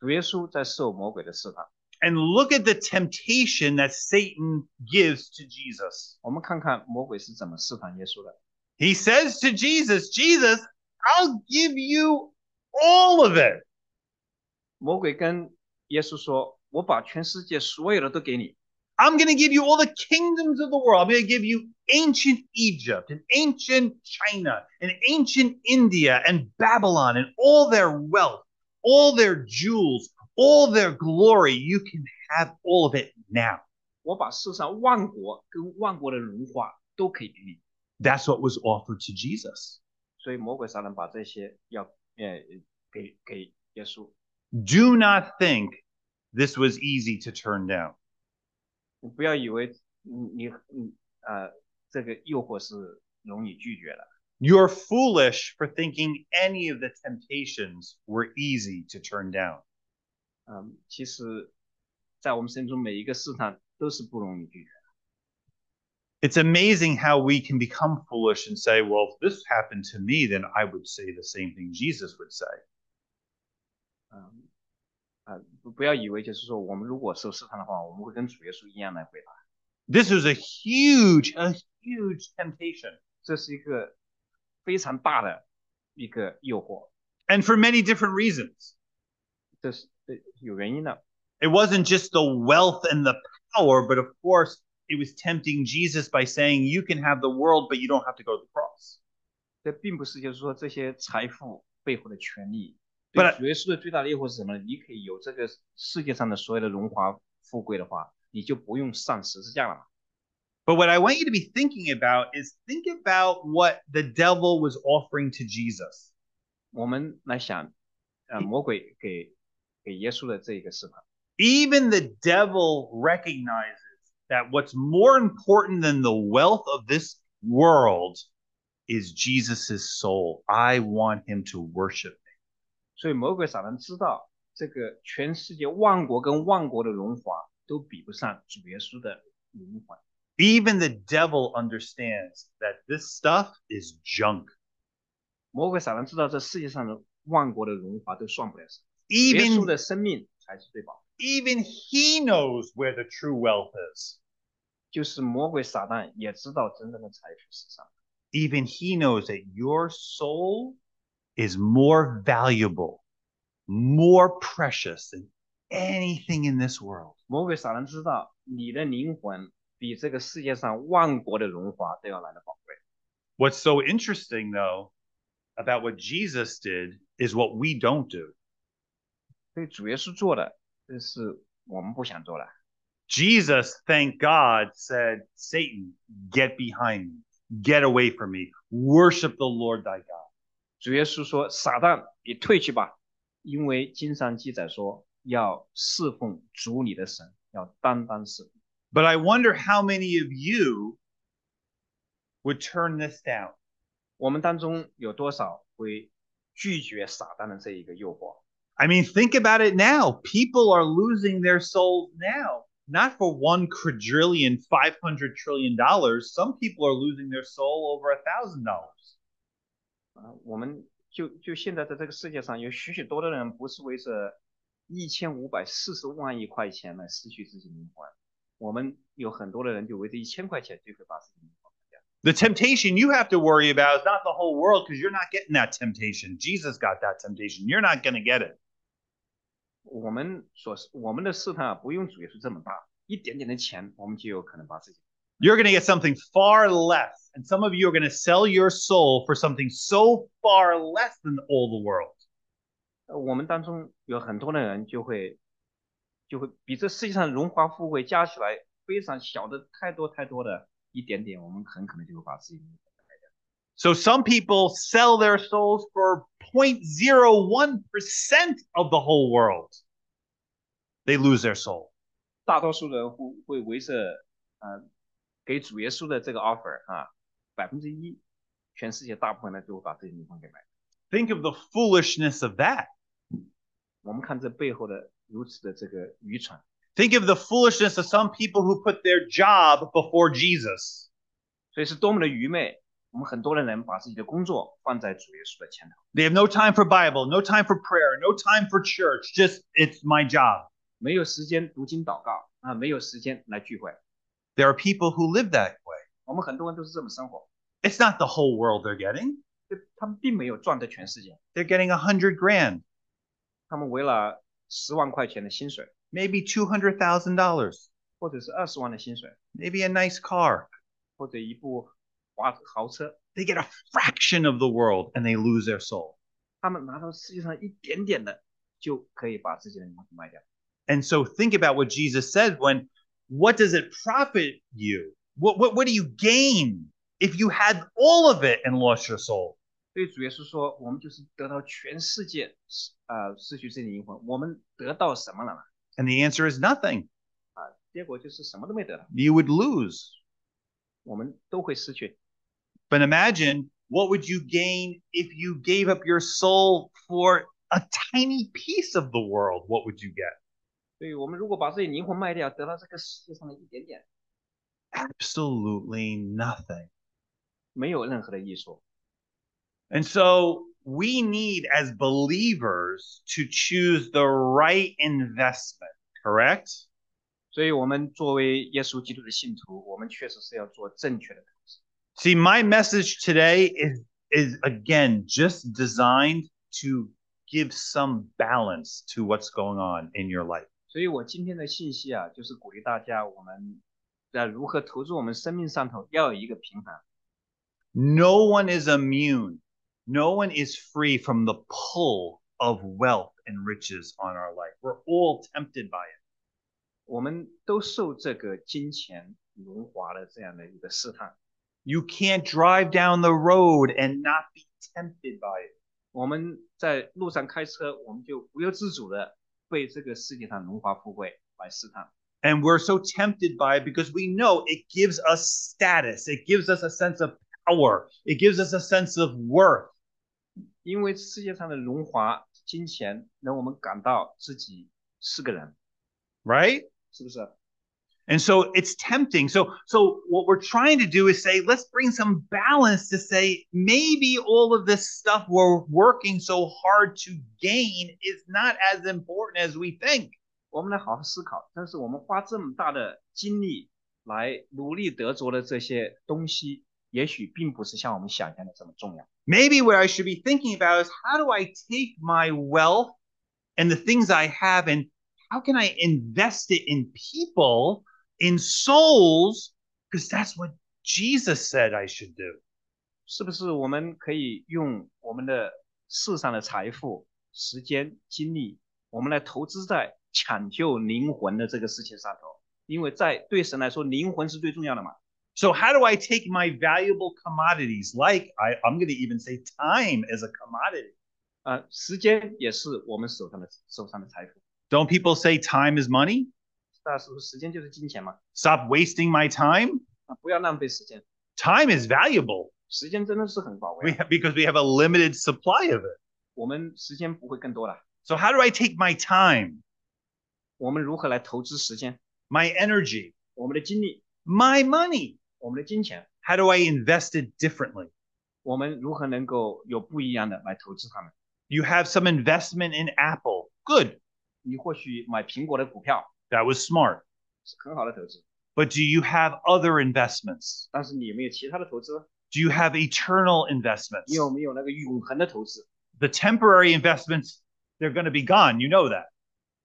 主耶稣在受魔鬼的试探。
And look at the temptation that Satan gives to Jesus.
我们看看魔鬼是怎么试探耶稣的。
He says to Jesus, Jesus, I'll give you all of it.
魔鬼跟耶稣说：“我把全世界所有的都给你，
I'm going to give you all the kingdoms of the world. I'm going to give you ancient Egypt and ancient China and ancient India and Babylon and all their wealth, all their jewels, all their glory. You can have all of it now.
我把世上万国跟万国的荣华都可以给你。
That's what was offered to Jesus. ”
所以魔鬼撒旦把这些要呃给给耶稣。
Do not think this was easy to turn down.
你不要以为嗯你你你呃这个诱惑是容易拒绝的。
You're foolish for thinking any of the temptations were easy to turn down.
嗯，其实，在我们生命中每一个试探都是不容易拒绝。
It's amazing how we can become foolish and say, well, if this happened to me, then I would say the same thing Jesus would say.
嗯，啊，不不要以为就是说我们如果受试探的话，我们会跟主耶稣一样来回答。
This is a huge, a huge temptation.
这是一个非常大的一个诱惑，
And for many different reasons.
这是呃有原因的。
It wasn't just the wealth and the power, but of course, it was tempting Jesus by saying, you can have the world, but you don't have to go to the cross.
这并不是就是说这些财富背后的权利。
不
对
然
主耶稣的最大的诱惑是什么呢？你可以有这个世界上的所有的荣华富贵的话，你就不用上十字架了嘛。
But what I want you to be thinking about is think about what the devil was offering to Jesus.
我们来想，呃，魔鬼给给耶稣的这个试探。
even the devil recognizes that what's more important than the wealth of this world is Jesus' soul. I want him to worship me.
所以魔鬼撒旦知道，这个全世界万国跟万国的荣华都比不上主耶稣的灵魂。
Even the devil understands that this stuff is junk.
魔鬼撒旦知道，这世界上的万国的荣华都算不了什么，耶稣
Even
的生命才是最宝。
even he knows where the true wealth is.
就是魔鬼撒旦也知道真正的财富是啥，
Even he knows that your soul is more valuable, more precious than anything in this world.
魔鬼撒旦知道你的灵魂比这个世界上万国的荣华都要来的宝贵。
What's so interesting, though, about what Jesus did is what we don't do.
所以主耶稣做的，这是我们不想做的。
Jesus, thank God, said, Satan, get behind me, get away from me, worship the Lord thy God.
主耶稣说：“撒旦，你退去吧，因为经上记载说，要侍奉主你的神，要单单侍奉。
But I wonder how many of you would turn this down.
我们当中有多少会拒绝撒旦的这一个诱惑？
I mean, think about it now. People are losing their souls now, not for one quadrillion, five hundred trillion dollars. Some people are losing their soul over a thousand dollars.
啊、我们就就现在在这个世界上，有许许多多的人不是为这一千五百四十万亿块钱来失去自己灵魂，我们有很多的人就为这一千块钱就会把自己灵魂卖掉。
The temptation you have to worry about is not the whole world because you're not getting that temptation. Jesus got that temptation. You're not going to get it.
我们所我们的试探啊，不用主耶稣这么大，一点点的钱，我们就有可能把自己。”
You're going to get something far less. And some of you are going to sell your soul for something so far less than all the world.
呃我们当中有很多的人就会，就会比这世界上荣华富贵加起来非常小的太多太多的一点点，我们很可能就会把自己。
So some people sell their souls for 0.01% of the whole world. They lose their soul.
大多数人会会围着，呃，给主耶稣的这个 offer 啊，百分之一，全世界大部分人都会把自己灵魂给买。
Think of the foolishness of that.
我们看这背后的如此的这个愚蠢，
Think of the foolishness of some people who put their job before Jesus.
所以是多么的愚昧。我们很多的人把自己的工作放在主耶稣的前头，
They have no time for Bible, no time for prayer, no time for church. Just it's my job.
没有时间读经祷告啊，没有时间来聚会。
There are people who live that way.
我们很多人都是这么生活，
It's not the whole world they're getting.
就他们并没有赚得全世界，
They're getting a hundred grand,
他们为了十万块钱的薪水，
maybe two hundred thousand dollars,
或者是二十万的薪水，
maybe a nice car.
或者一部华豪车，
They get a fraction of the world and they lose their soul.
他们拿到世界上一点点的，就可以把自己的名分卖掉。
And so think about what Jesus said when what does it profit you? What what what do you gain if you had all of it and lost your soul?
对主耶稣说，我们就是得到全世界，失呃，失去自己的灵魂，我们得到什么了呢？
And the answer is nothing.
结果就是什么都没得到，
You would lose.
我们都会失去。
But imagine what would you gain if you gave up your soul for a tiny piece of the world? What would you get?
所以，我们如果把自己灵魂卖掉，得到这个世界上的一点点，
Absolutely nothing.
没有任何的益处。
And so we need, as believers, to choose the right investment, correct?
所以，我们作为耶稣基督的信徒，我们确实是要做正确的投资。
See, my message today is, is again just designed to give some balance to what's going on in your life.
所以我今天的信息啊，就是鼓励大家，我们在如何投资我们生命上头，要有一个平衡。
No one is immune. No one is free from the pull of wealth and riches on our life. We're all tempted by it.
我们都受这个金钱荣华的这样的一个试探，
You can't drive down the road and not be tempted by it.
我们在路上开车，我们就不由自主的被这个世界上荣华富贵来试探。
And we're so tempted by it because we know it gives us status, it gives us a sense of power, it gives us a sense of worth.
因为世界上的荣华、金钱让我们感到自己是个人，
right?
是不是？
And so it's tempting. So so what we're trying to do is say let's bring some balance to say maybe all of this stuff we're working so hard to gain is not as important as we think.
我们来好好思考，但是我们花这么大的精力来努力得着的这些东西，也许并不是像我们想象的这么重要。
Maybe what I should be thinking about is how do I take my wealth and the things I have and how can I invest it in people, in souls because that's what Jesus said I should do.
是不是我们可以用我们的世上的财富、时间、精力，我们来投资在抢救灵魂的这个事情上头？因为在对神来说，灵魂是最重要的嘛。
So how do I take my valuable commodities, like I, I'm going to even say time as a commodity?
呃，时间也是我们手上的手上的财富。
Don't people say time is money?
大家说时间就是金钱嘛，
Stop wasting my time.
啊，不要浪费时间，
Time is valuable
时间真的是很宝贵
we
啊。
have, because we have a limited supply of it.
我们时间不会更多了，
So how do I take my time,
我们如何来投资时间、
my energy,
我们的精力、
my money?
我们的金钱？
How do I invest it differently?
我们如何能够有不一样的来投资它们？
You have some investment in Apple. Good.
你或许买苹果的股票
That was smart.
是很好的投资，
But do you have other investments?
但是你有没有其他的投资？
Do you have eternal investments?
你有没有那个永恒的投资？
the temporary investments they're going to be gone you know that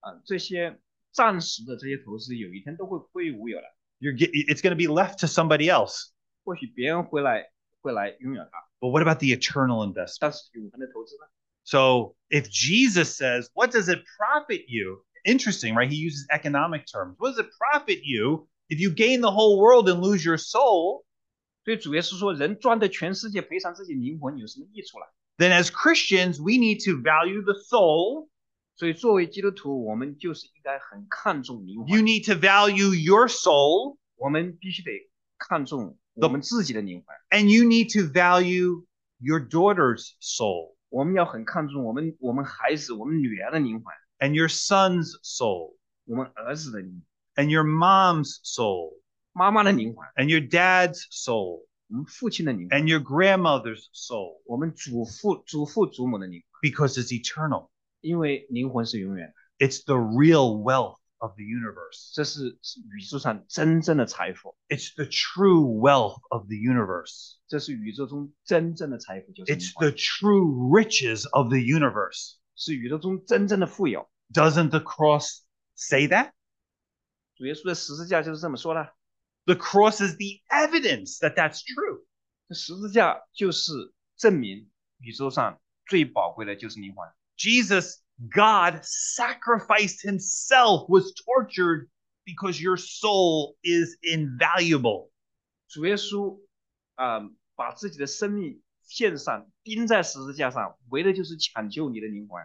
啊，这些暂时的这些投资，有一天都会归于无有了。
you're get, it's going to be left to somebody else
或许别人会来会来拥有它，
but what about the eternal investment
但是永恒的投资呢？
so if jesus says what does it profit you interesting right he uses economic terms what does it profit you if you gain the whole world and lose your soul
所以主耶稣说，人赚的全世界，赔偿自己灵魂有什么益处了？
then as christians we need to value the soul
所以作为基督徒，我们就是应该很看重灵魂。
you need to value your soul
我们必须得看重我们自己的灵魂，
and you need to value your daughter's soul
我们要很看重我们我们孩子、我们女儿的灵魂，
and your son's soul
我们儿子的灵魂，
and your mom's soul
妈妈的灵魂，
and your dad's soul.
我们父亲的灵魂，
and your grandmother's soul
我们祖父、祖父、祖母的灵魂，
because it's eternal.
因为灵魂是永远的，
It's the real wealth of the universe.
这是宇宙上真正的财富，
It's the true wealth of the universe.
这是宇宙中真正的财富，就是灵
It's
魂
the true riches of the universe.
是宇宙中真正的富有。
Doesn't the cross say that?
主耶稣的十字架就是这么说的，
The cross is the evidence that that's true.
这十字架就是证明宇宙上最宝贵的就是灵魂。
Jesus, God, sacrificed himself, was tortured because your soul is invaluable.
主耶稣，啊、把自己的生命献上，钉在十字架上，为的就是抢救你的灵魂。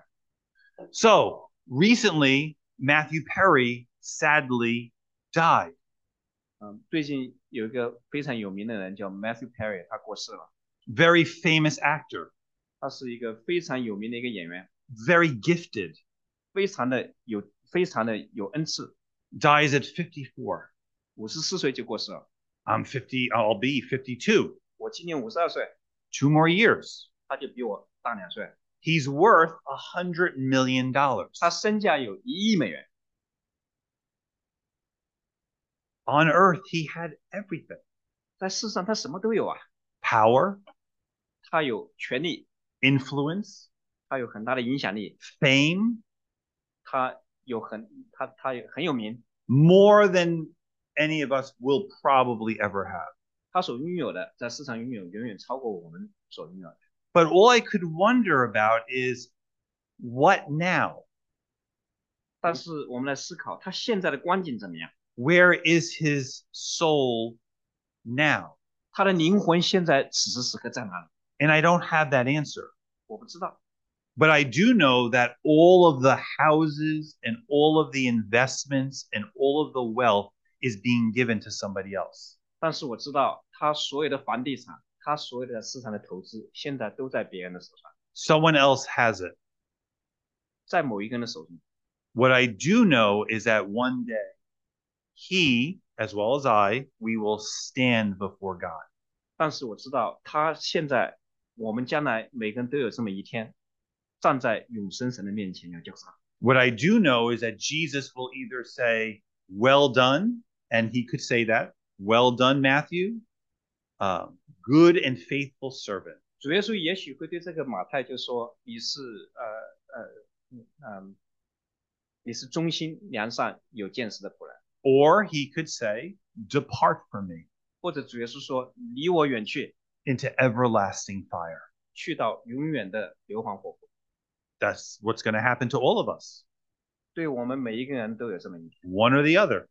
So recently, Matthew Perry sadly died.
嗯，最近有一个非常有名的人叫 Matthew Perry，他过世了。
Very famous actor,
他是一个非常有名的一个演员，
very gifted,
非常的有，非常的有恩赐。
dies at 54.
五十四岁就过世了，
I'm 50, I'll be 52.
我今年五十二岁，
Two more years.
他就比我大两岁。
He's worth a hundred million dollars
他身价有一亿美元，
on earth. He had everything.
在世上他什么都有啊，
power,
他有权利，
influence,
他有很大的影响力，
fame,
他有很他他有很有名，
more than any of us will probably ever have.
他所拥有的在世上拥有远远超过我们所拥有的。
But all I could wonder about is what now?
但是我们来思考，他现在的光景怎么样？
Where is his soul now?
他的灵魂现在此时此刻在哪里？
And I don't have that answer.
我不知道，
But I do know that all of the houses and all of the investments and all of the wealth is being given to somebody else.
但是我知道他所有的房地产，他所有的市场的投资，现在都在别人的手上，
Someone else has it.
在某一个人的手中。
What I do know is that one day he, as well as I, we will stand before God.
但是我知道他现在，我们将来每个人都有这么一天，站在永生神的面前要叫上。
What I do know is that Jesus will either say, Well done, and he could say that, Well done, Matthew, um, good and faithful servant.
主耶稣也许会对这个马太就说：“你是呃呃嗯嗯，你是忠心良善有见识的仆人。
Or he could say, Depart from me ”
或者主耶稣说：“离我远去，
into everlasting fire.
去到永远的硫磺火湖。
That's what's going to happen to all of us, ”
对我们每一个人都有这么一天，
one or the other.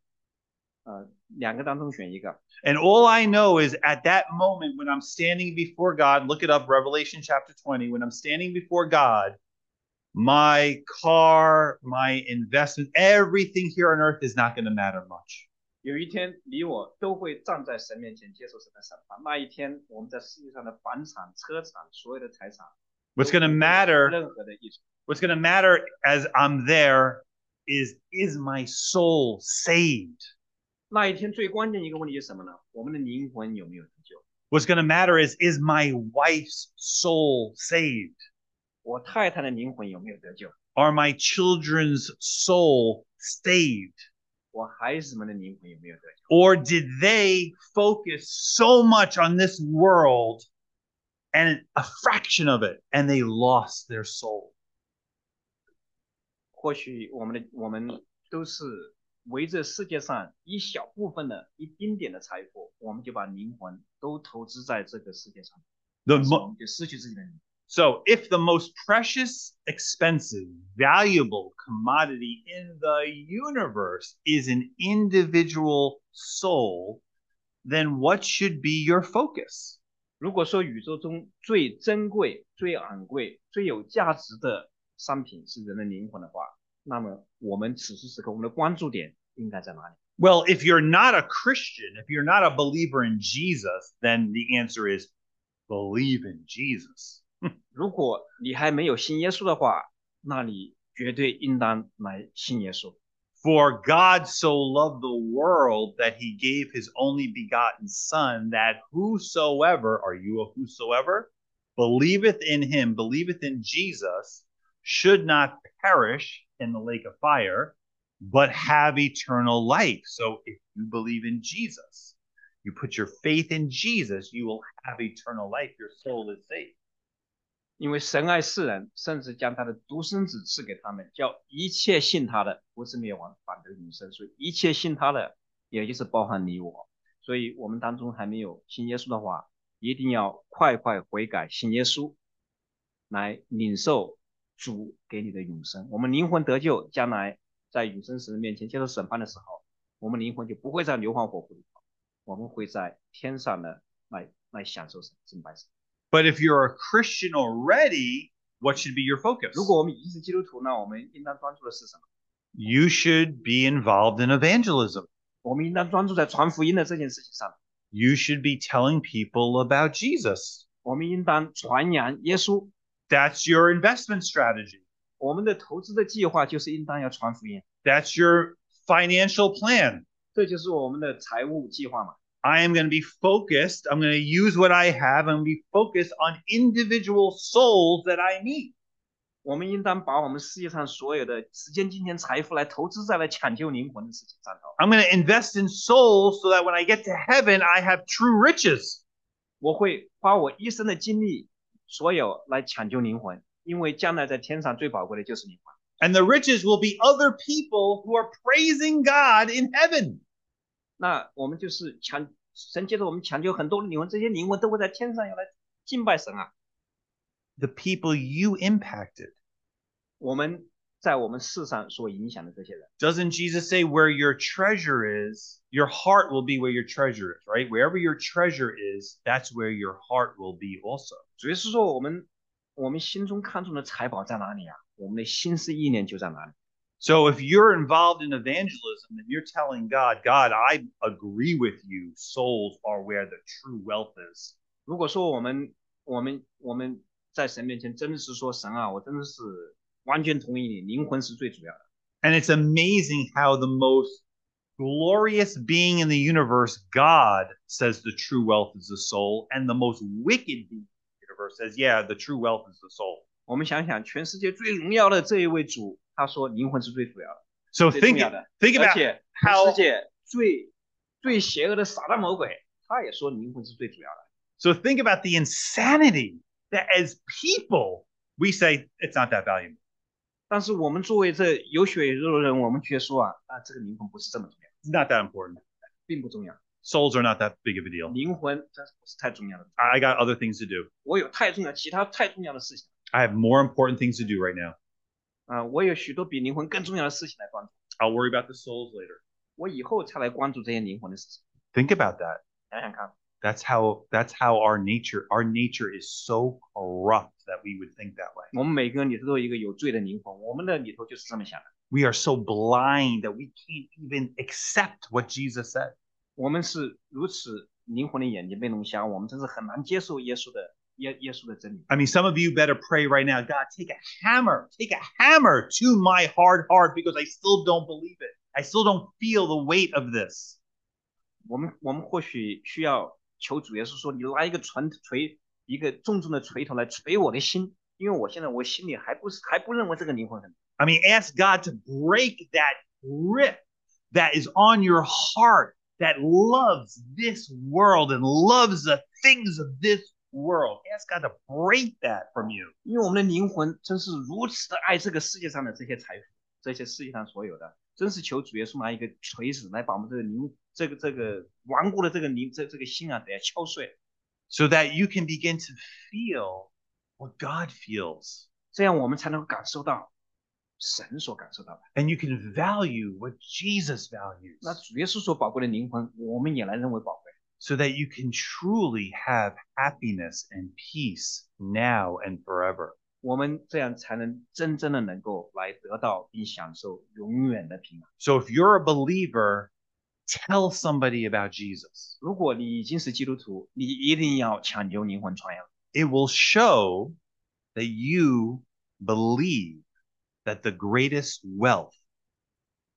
呃，两个当中选一个。
And all I know is at that moment when I'm standing before God, look it up, Revelation chapter 20, when I'm standing before God, my car, my investment, everything here on earth is not going to matter much.
有一天，你我都会站在神面前接受神的审判。那一天，我们在世界上的房产、车产、所有的财产，
What's going to
有
matter,
任何的益处。
what's going to matter as I'm there is is my soul saved?
那一天最关键一个问题是什么呢？我们的灵魂有没有得救？
What's going to matter is is my wife's soul saved?
我太太的灵魂有没有得救？
Are my children's soul saved?
我孩子们的灵魂有没有得救？
Or did they focus so much on this world and a fraction of it and they lost their soul?
或许我们的我们都是围着世界上一小部分的一丁点的财富，我们就把灵魂都投资在这个世界上，
The
但是我
mo-
们就失去自己的灵魂。
so, if the most precious, expensive, valuable commodity in the universe is an individual soul, then what should be your focus?
如果说宇宙中最珍贵、最昂贵、最有价值的商品是人的灵魂的话，那么我们此时此刻我们的关注点应该在哪里？
Well, if you're not a Christian, if you're not a believer in Jesus, then the answer is believe in Jesus.
如果你还没有信耶稣的话，那你绝对应当来信耶稣。
For God so loved the world that he gave his only begotten Son, that whosoever, are you a whosoever, believeth in him, believeth in Jesus, should not perish in the lake of fire, but have eternal life. So if you believe in Jesus, you put your faith in Jesus, you will have eternal life. Your soul is saved.
因为神爱世人，甚至将他的独生子赐给他们，叫一切信他的不是灭亡，反得永生。所以一切信他的，也就是包含你我。所以我们当中还没有信耶稣的话，一定要快快悔改，信耶稣，来领受主给你的永生。我们灵魂得救，将来在永生神的面前接受审判的时候，我们灵魂就不会在硫磺火湖里头，我们会在天上的来来享受神敬拜神。
But if you're a Christian already, what should be your focus?
如果我们已经是基督徒，那我们应当专注的是什么？
You should be involved in evangelism.
我们应当专注在传福音的这件事情上，
You should be telling people about Jesus.
我们应当传扬耶稣。
That's your investment strategy.
我们的投资的计划就是应当要传福音，
That's your financial plan.
这就是我们的财务计划嘛。
I am going to be focused. I'm going to use what I have. I'm going to be focused on individual souls that I meet.
我们应当把我们世界上所有的时间、金钱、财富来投资在来抢救灵魂的事情上头。
I'm going to invest in souls so that when I get to heaven, I have true riches.
我会花我一生的精力，所有来抢救灵魂，因为将来在天上最宝贵的就是灵魂。
And the riches will be other people who are praising God in heaven.
那我们就是抢神接着我们抢救很多的灵魂，这些灵魂都会在天上要来敬拜神啊。
The people you impacted.
我们在我们世上所影响的这些人。
Doesn't Jesus say where your treasure is, your heart will be where your treasure is, right? Wherever your treasure is, that's where your heart will be also.
主要是说我们我们心中看重的财宝在哪里啊？我们的心思意念就在哪里。
So if you're involved in evangelism and you're telling God, God, I agree with you, souls are where the true wealth is.
如果说我们我们我们在神面前真的是说神啊，我真的是完全同意你，灵魂是最主要的。
And it's amazing how the most glorious being in the universe, God, says the true wealth is the soul, and the most wicked being in the universe says, yeah, the true wealth is the soul.
我们想想，全世界最荣耀的这一位主，他说灵魂是最主要的，
So
最重
think
要的。
think
而
about
且全
how
世界最最邪恶的撒旦魔鬼，他也说灵魂是最主要的。
so think about the insanity that as people we say it's not that valuable.
但是我们作为这有血有肉的人，我们却说啊啊，这个灵魂不是这么重要，
It's not that important.
并不重要，
Souls are not that big of a deal.
灵魂真是不是太重要了。
I I got other things to do.
我有太重要，其他太重要的事情
I have more important things to do right now.
啊、我有许多比灵魂更重要的事情来关注，
I'll worry about the souls later.
我以后才来关注这些灵魂的事情。
Think about that.
想想看，
That's how that's how our nature our nature is so corrupt that we would think that way.
我们每个人里头都有一个有罪的灵魂，我们的里头就是这么想的。
We are so blind that we can't even accept what Jesus said.
我们是如此灵魂的眼睛被弄瞎，我们真是很难接受耶稣的耶耶稣的真理。
I mean, some of you better pray right now. God, take a hammer, take a hammer to my hard heart because I still don't believe it. I still don't feel the weight of this.
我们我们或许需要求主耶稣说，你拿一个锤锤一个重重的锤头来锤我的心，因为我现在我心里还不是还不认为这个灵魂很
I mean, ask God to break that grip that is on your heart that loves this world and loves the things of this world. Ask God to break that from you.
因为我们的灵魂真是如此的爱这个世界上的这些财富，这些世界上所有的，真是求主耶稣拿一个锤子来把我们这个灵，这个这个顽固的这个灵，这这个心啊，给它敲碎，
so that you can begin to feel what God feels
这样我们才能够感受到神所感受到的。
and you can value what Jesus values
那主耶稣所宝贵的灵魂，我们也来认为宝贵，
so that you can truly have happiness and peace now and forever.
我们这样才能真正的能够来得到并享受永远的平安。
So if you're a believer, tell somebody about Jesus.
如果你已经是基督徒，你一定要抢救灵魂传扬。
It will show that you believe that the greatest wealth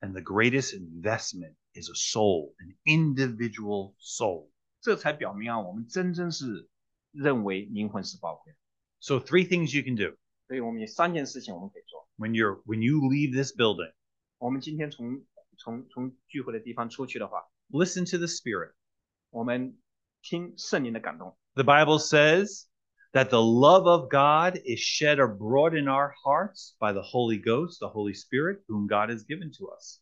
And the greatest investment is a soul, an individual soul.
这才表明啊，我们真正是认为灵魂是宝贵的。
So three things you can do
所以我们有三件事情我们可以做。
when you're when you leave this building.
我们今天从从从聚会的地方出去的话，
Listen to the spirit.
我们听圣灵的感动。
The Bible says that the love of God is shed abroad in our hearts by the Holy Ghost, the Holy Spirit, whom God has given to us.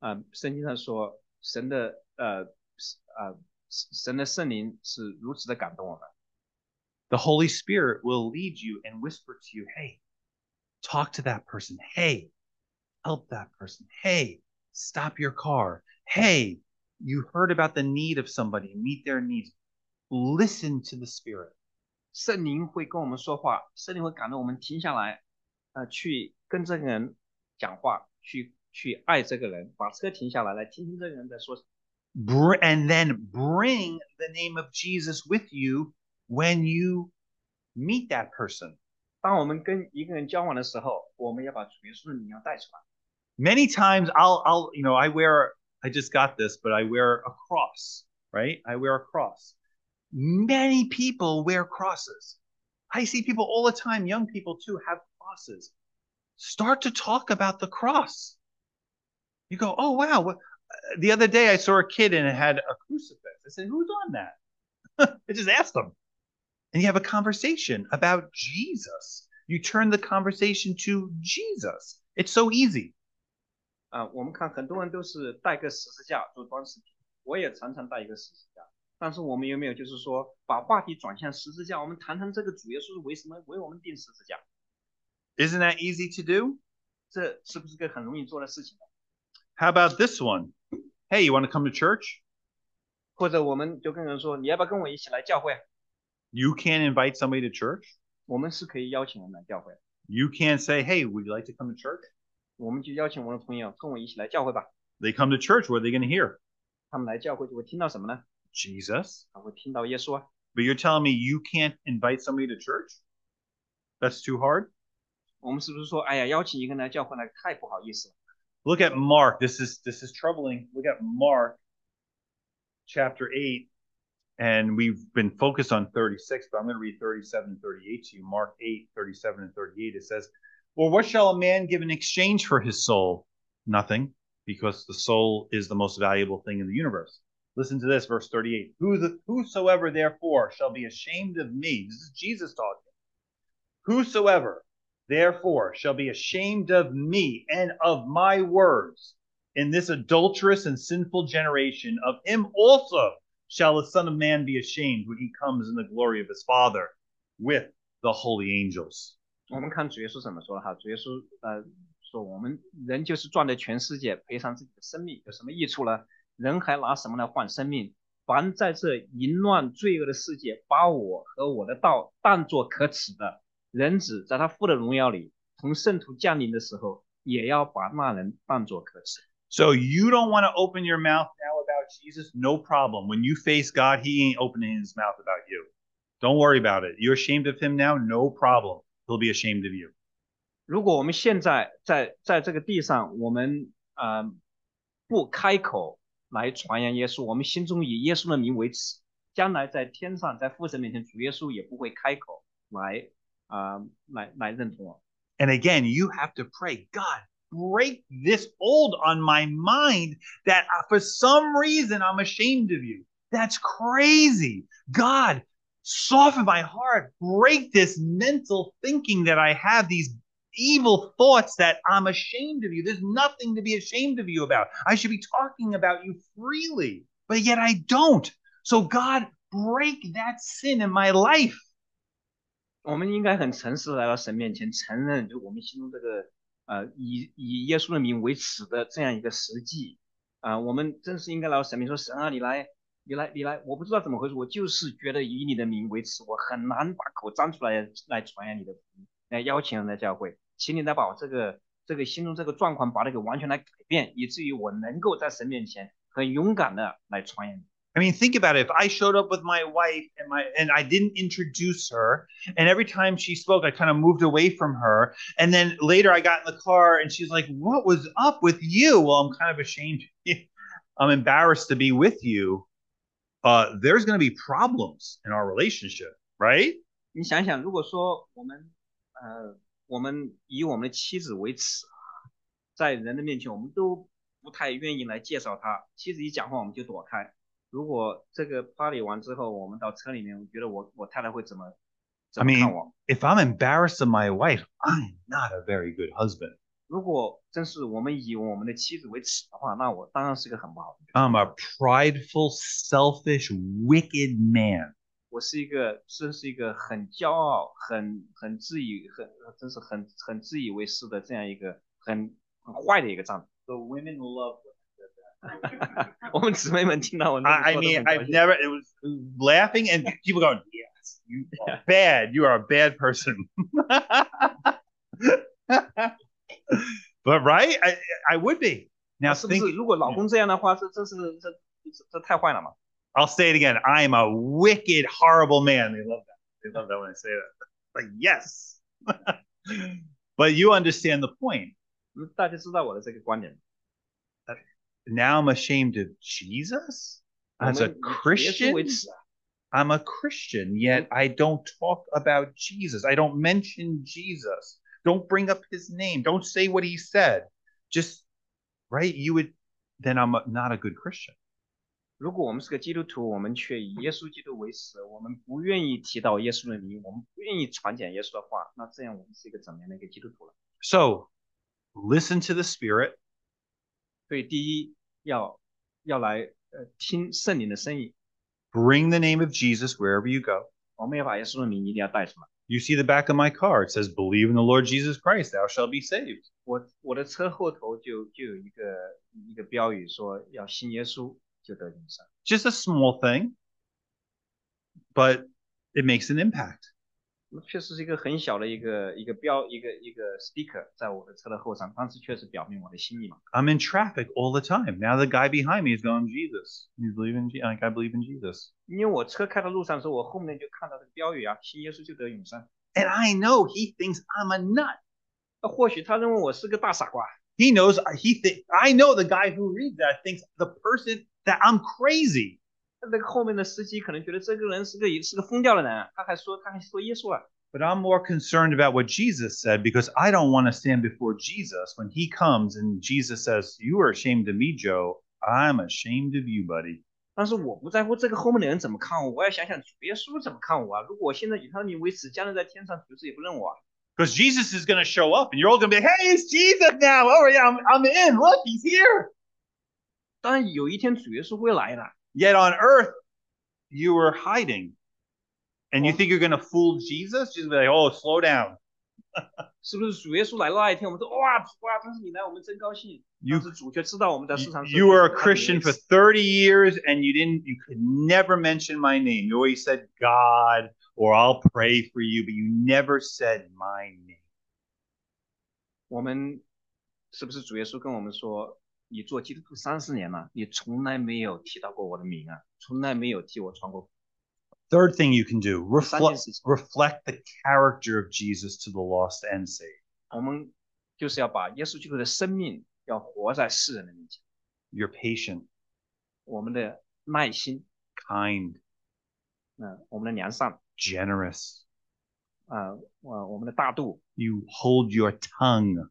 嗯、圣经上说，神的呃是呃神的圣灵是如此的感动我们。
The Holy Spirit will lead you and whisper to you, hey, talk to that person. Hey, help that person. Hey, stop your car. Hey, you heard about the need of somebody, meet their needs. Listen to the Spirit.
圣灵会跟我们说话，圣灵会感动我们停下来，呃，去跟这个人讲话，去去爱这个人，把车停下来，来听听这个人在说什么。
Br- and then bring the name of Jesus with you when you meet that person.
当我们跟一个人交往的时候，我们要把主耶稣的名要带出来。
many times I'll I'll you know I wear I just got this, but I wear a cross, right? I wear a cross. Many people wear crosses. I see people all the time, young people too, have crosses. Start to talk about the cross. You go, oh wow! What? The other day I saw a kid and it had a crucifix. I said, who's on that? I just asked them, and you have a conversation about Jesus. You turn the conversation to Jesus. It's so easy.
啊、我们看很多人都是带个十字架做装饰品，我也常常带一个十字架。但是我们有没有就是说把话题转向十字架？我们谈谈这个主耶稣为什么为我们定十字架？
Isn't that easy to do?
这是不是个很容易做的事情呢？
How about this one? Hey, you want to come to church?
或者我们就跟人说，你要不要跟我一起来教会？啊
You can't invite somebody to church.
我们是可以邀请人来教会的，
You can't say, hey, would you like to come to church?
我们就邀请我的朋友跟我一起来教会吧。
They come to church. What are they going to hear?
他们来教会就会听到什么呢？
Jesus.
他会听到耶稣啊。
But you're telling me you can't invite somebody to church? That's too hard.
我们是不是说，哎呀，邀请一个人来教会呢，太不好意思了？
Look at Mark. This is this is troubling. Look at Mark chapter 8 and we've been focused on 36, but I'm going to read 37 and 38 to you. Mark 8, 37 and 38 it says, "Well, what shall a man give in exchange for his soul? Nothing, because the soul is the most valuable thing in the universe." Listen to this verse 38. Who the, whosoever therefore shall be ashamed of me. This is Jesus talking. Whosoever therefore shall be ashamed of me and of my words in this adulterous and sinful generation of him also shall the son of man be ashamed when he comes in the glory of his father with the holy angels
我们看主耶稣怎么说哈，主耶稣呃说，我们人就是赚得全世界，赔上自己的生命，有什么益处呢？人还拿什么来换生命？凡在这淫乱罪恶的世界，把我和我的道当作可耻的，人子在他父的荣耀里，从圣徒降临的时候，也要把那人当作可耻。
so you don't want to open your mouth now about jesus no problem when you face god he ain't opening his mouth about you don't worry about it you're ashamed of him now no problem he'll be ashamed of you
如果我们现在在在这个地上，我们啊、呃不开口来传扬耶稣，我们心中以耶稣的名为耻，将来在天上在父神面前，主耶稣也不会开口来啊、呃来来认同我。
And again, you have to pray, God, break this hold on my mind that uh, for some reason I'm ashamed of you. That's crazy. God, soften my heart, break this mental thinking that I have, these evil thoughts that I'm ashamed of you. There's nothing to be ashamed of you about. I should be talking about you freely, but yet I don't. So, God, break that sin in my life.
我们应该很诚实地来到神面前，承认就我们心中这个呃以以耶稣的名为耻的这样一个实际啊、我们真是应该来到神面前说神啊，你来，你来，你来，我不知道怎么回事，我就是觉得以你的名为耻，我很难把口张出来来传扬你的福音，来邀请人来教会，请你来把我这个这个心中这个状况把它给完全来改变，以至于我能够在神面前很勇敢的来传扬你。
I mean, think about it. If I showed up with my wife and my and I didn't introduce her, and every time she spoke, I kind of moved away from her. And then later I got in the car and she's like, What was up with you? Well, I'm kind of ashamed. I'm embarrassed to be with you. Uh, there's gonna be problems in our relationship, right?
你想一想，如果说我们呃，我们以我们的妻子为耻，啊在人的面前，我们都不太愿意来介绍她。妻子一讲话，我们就躲开。如果这个 party 完之后，我们到车里面，我觉得我我太太会怎么怎么
I mean-
看我？
If I'm embarrassed of my wife, I'm not a very good husband.
如果真是我们以我们的妻子为耻的话，那我当然是个很不好的人。
I'm a prideful, selfish, wicked man.
我是一个真是一个很骄傲、很很自以很真是很很自以为是的这样一个很很坏的一个丈夫。The women love. 我们姊妹们听到我那么
I, I
说都
mean,
很高
I've
兴
never. It was laughing and people going, "Yes, you are bad. You are a bad person." but right, I, I would be. Now
是不是
think.
如果老公这样的话，这这是这这这太坏了嘛？
I'll say it again. I am a wicked, horrible man. They love that. They love that when I say that. Like yes. but you understand the point.
嗯大家知道我的这个观点。
Now I'm ashamed of Jesus
我们
as a
以耶稣
Christian.
为耻啊，
I'm a Christian, yet I don't talk about Jesus. I don't mention Jesus. Don't bring up his name. Don't say what he said. Just, right? You would, then I'm a- not a good Christian.
如果我们是个基督徒，我们却以耶稣基督为耻，我们不愿意提到耶稣的名，我们不愿意传讲耶稣的话，那这样我们是一个怎么样的一个基督徒了？
So listen to the Spirit.
所以，第一要要来呃听圣灵的声音，
Bring the name of Jesus wherever you go.
我们要把耶稣的名一定要带出来。
You see the back of my car. It says, Believe in the Lord Jesus Christ, thou shalt be saved.
我我的车后头就就有一个一个标语说要信耶稣就得永生，
Just a small thing, but it makes an impact.
那确实是一个很小的一个一个标一个一个 sticker 在我的车的后上，当时确实表明我的心意嘛。
I'm in traffic all the time. Now the guy behind me is going, Jesus. You believe in Je- like I believe in Jesus.
因为我车开到路上的时候，我后面就看到这个标语啊，信耶稣就得永生。
And I know he thinks I'm a nut.
那或许他认为我是个大傻瓜，
He knows uh, he think I know the guy who reads that thinks the person that I'm crazy.
那那个后面的司机可能觉得这个人是个是个疯掉的人，啊他还说他还说耶稣啊。
But I'm more concerned about what Jesus said because I don't want to stand before Jesus when he comes and Jesus says, You are ashamed of me, Joe. I'm ashamed of you, buddy.
但是我不在乎这个后面的人怎么看我，我要想想主耶稣怎么看我啊！如果我现在以他的名为耻，将来在天上主子也不认我啊！
Because Jesus is going to show up and you're all going to be like, Hey, it's Jesus now. Oh, yeah, I'm, I'm in. Look, he's here.
当然有一天主耶稣会来的，
Yet on earth, you were hiding. And you
Well-
think you're going to fool Jesus? Just be like, oh, slow down.
是不是？主耶稣来的那一天，我们说哇主啊，但是你来，我们真高兴。
You-
但是主却知道我们在世
You,
上是
you were a
非常
Christian
卑微
for 30 years and you didn't, you could never mention my name. You always said God or I'll pray for you, but you never said my name.
我们是不是主耶稣跟我们说，你做基督徒三十年了，你从来没有提到过我的名啊，从来没有替我传过福
Third thing you can do
音。三件
reflect,
事情，
reflect the character of Jesus to the lost and saved.
我们就是要把耶稣基督的生命要活在世人的面前，
You're patient,
我们的耐心，
kind,
嗯、我们的良善，
generous.
啊、呃，我我们的大度，
You hold your tongue.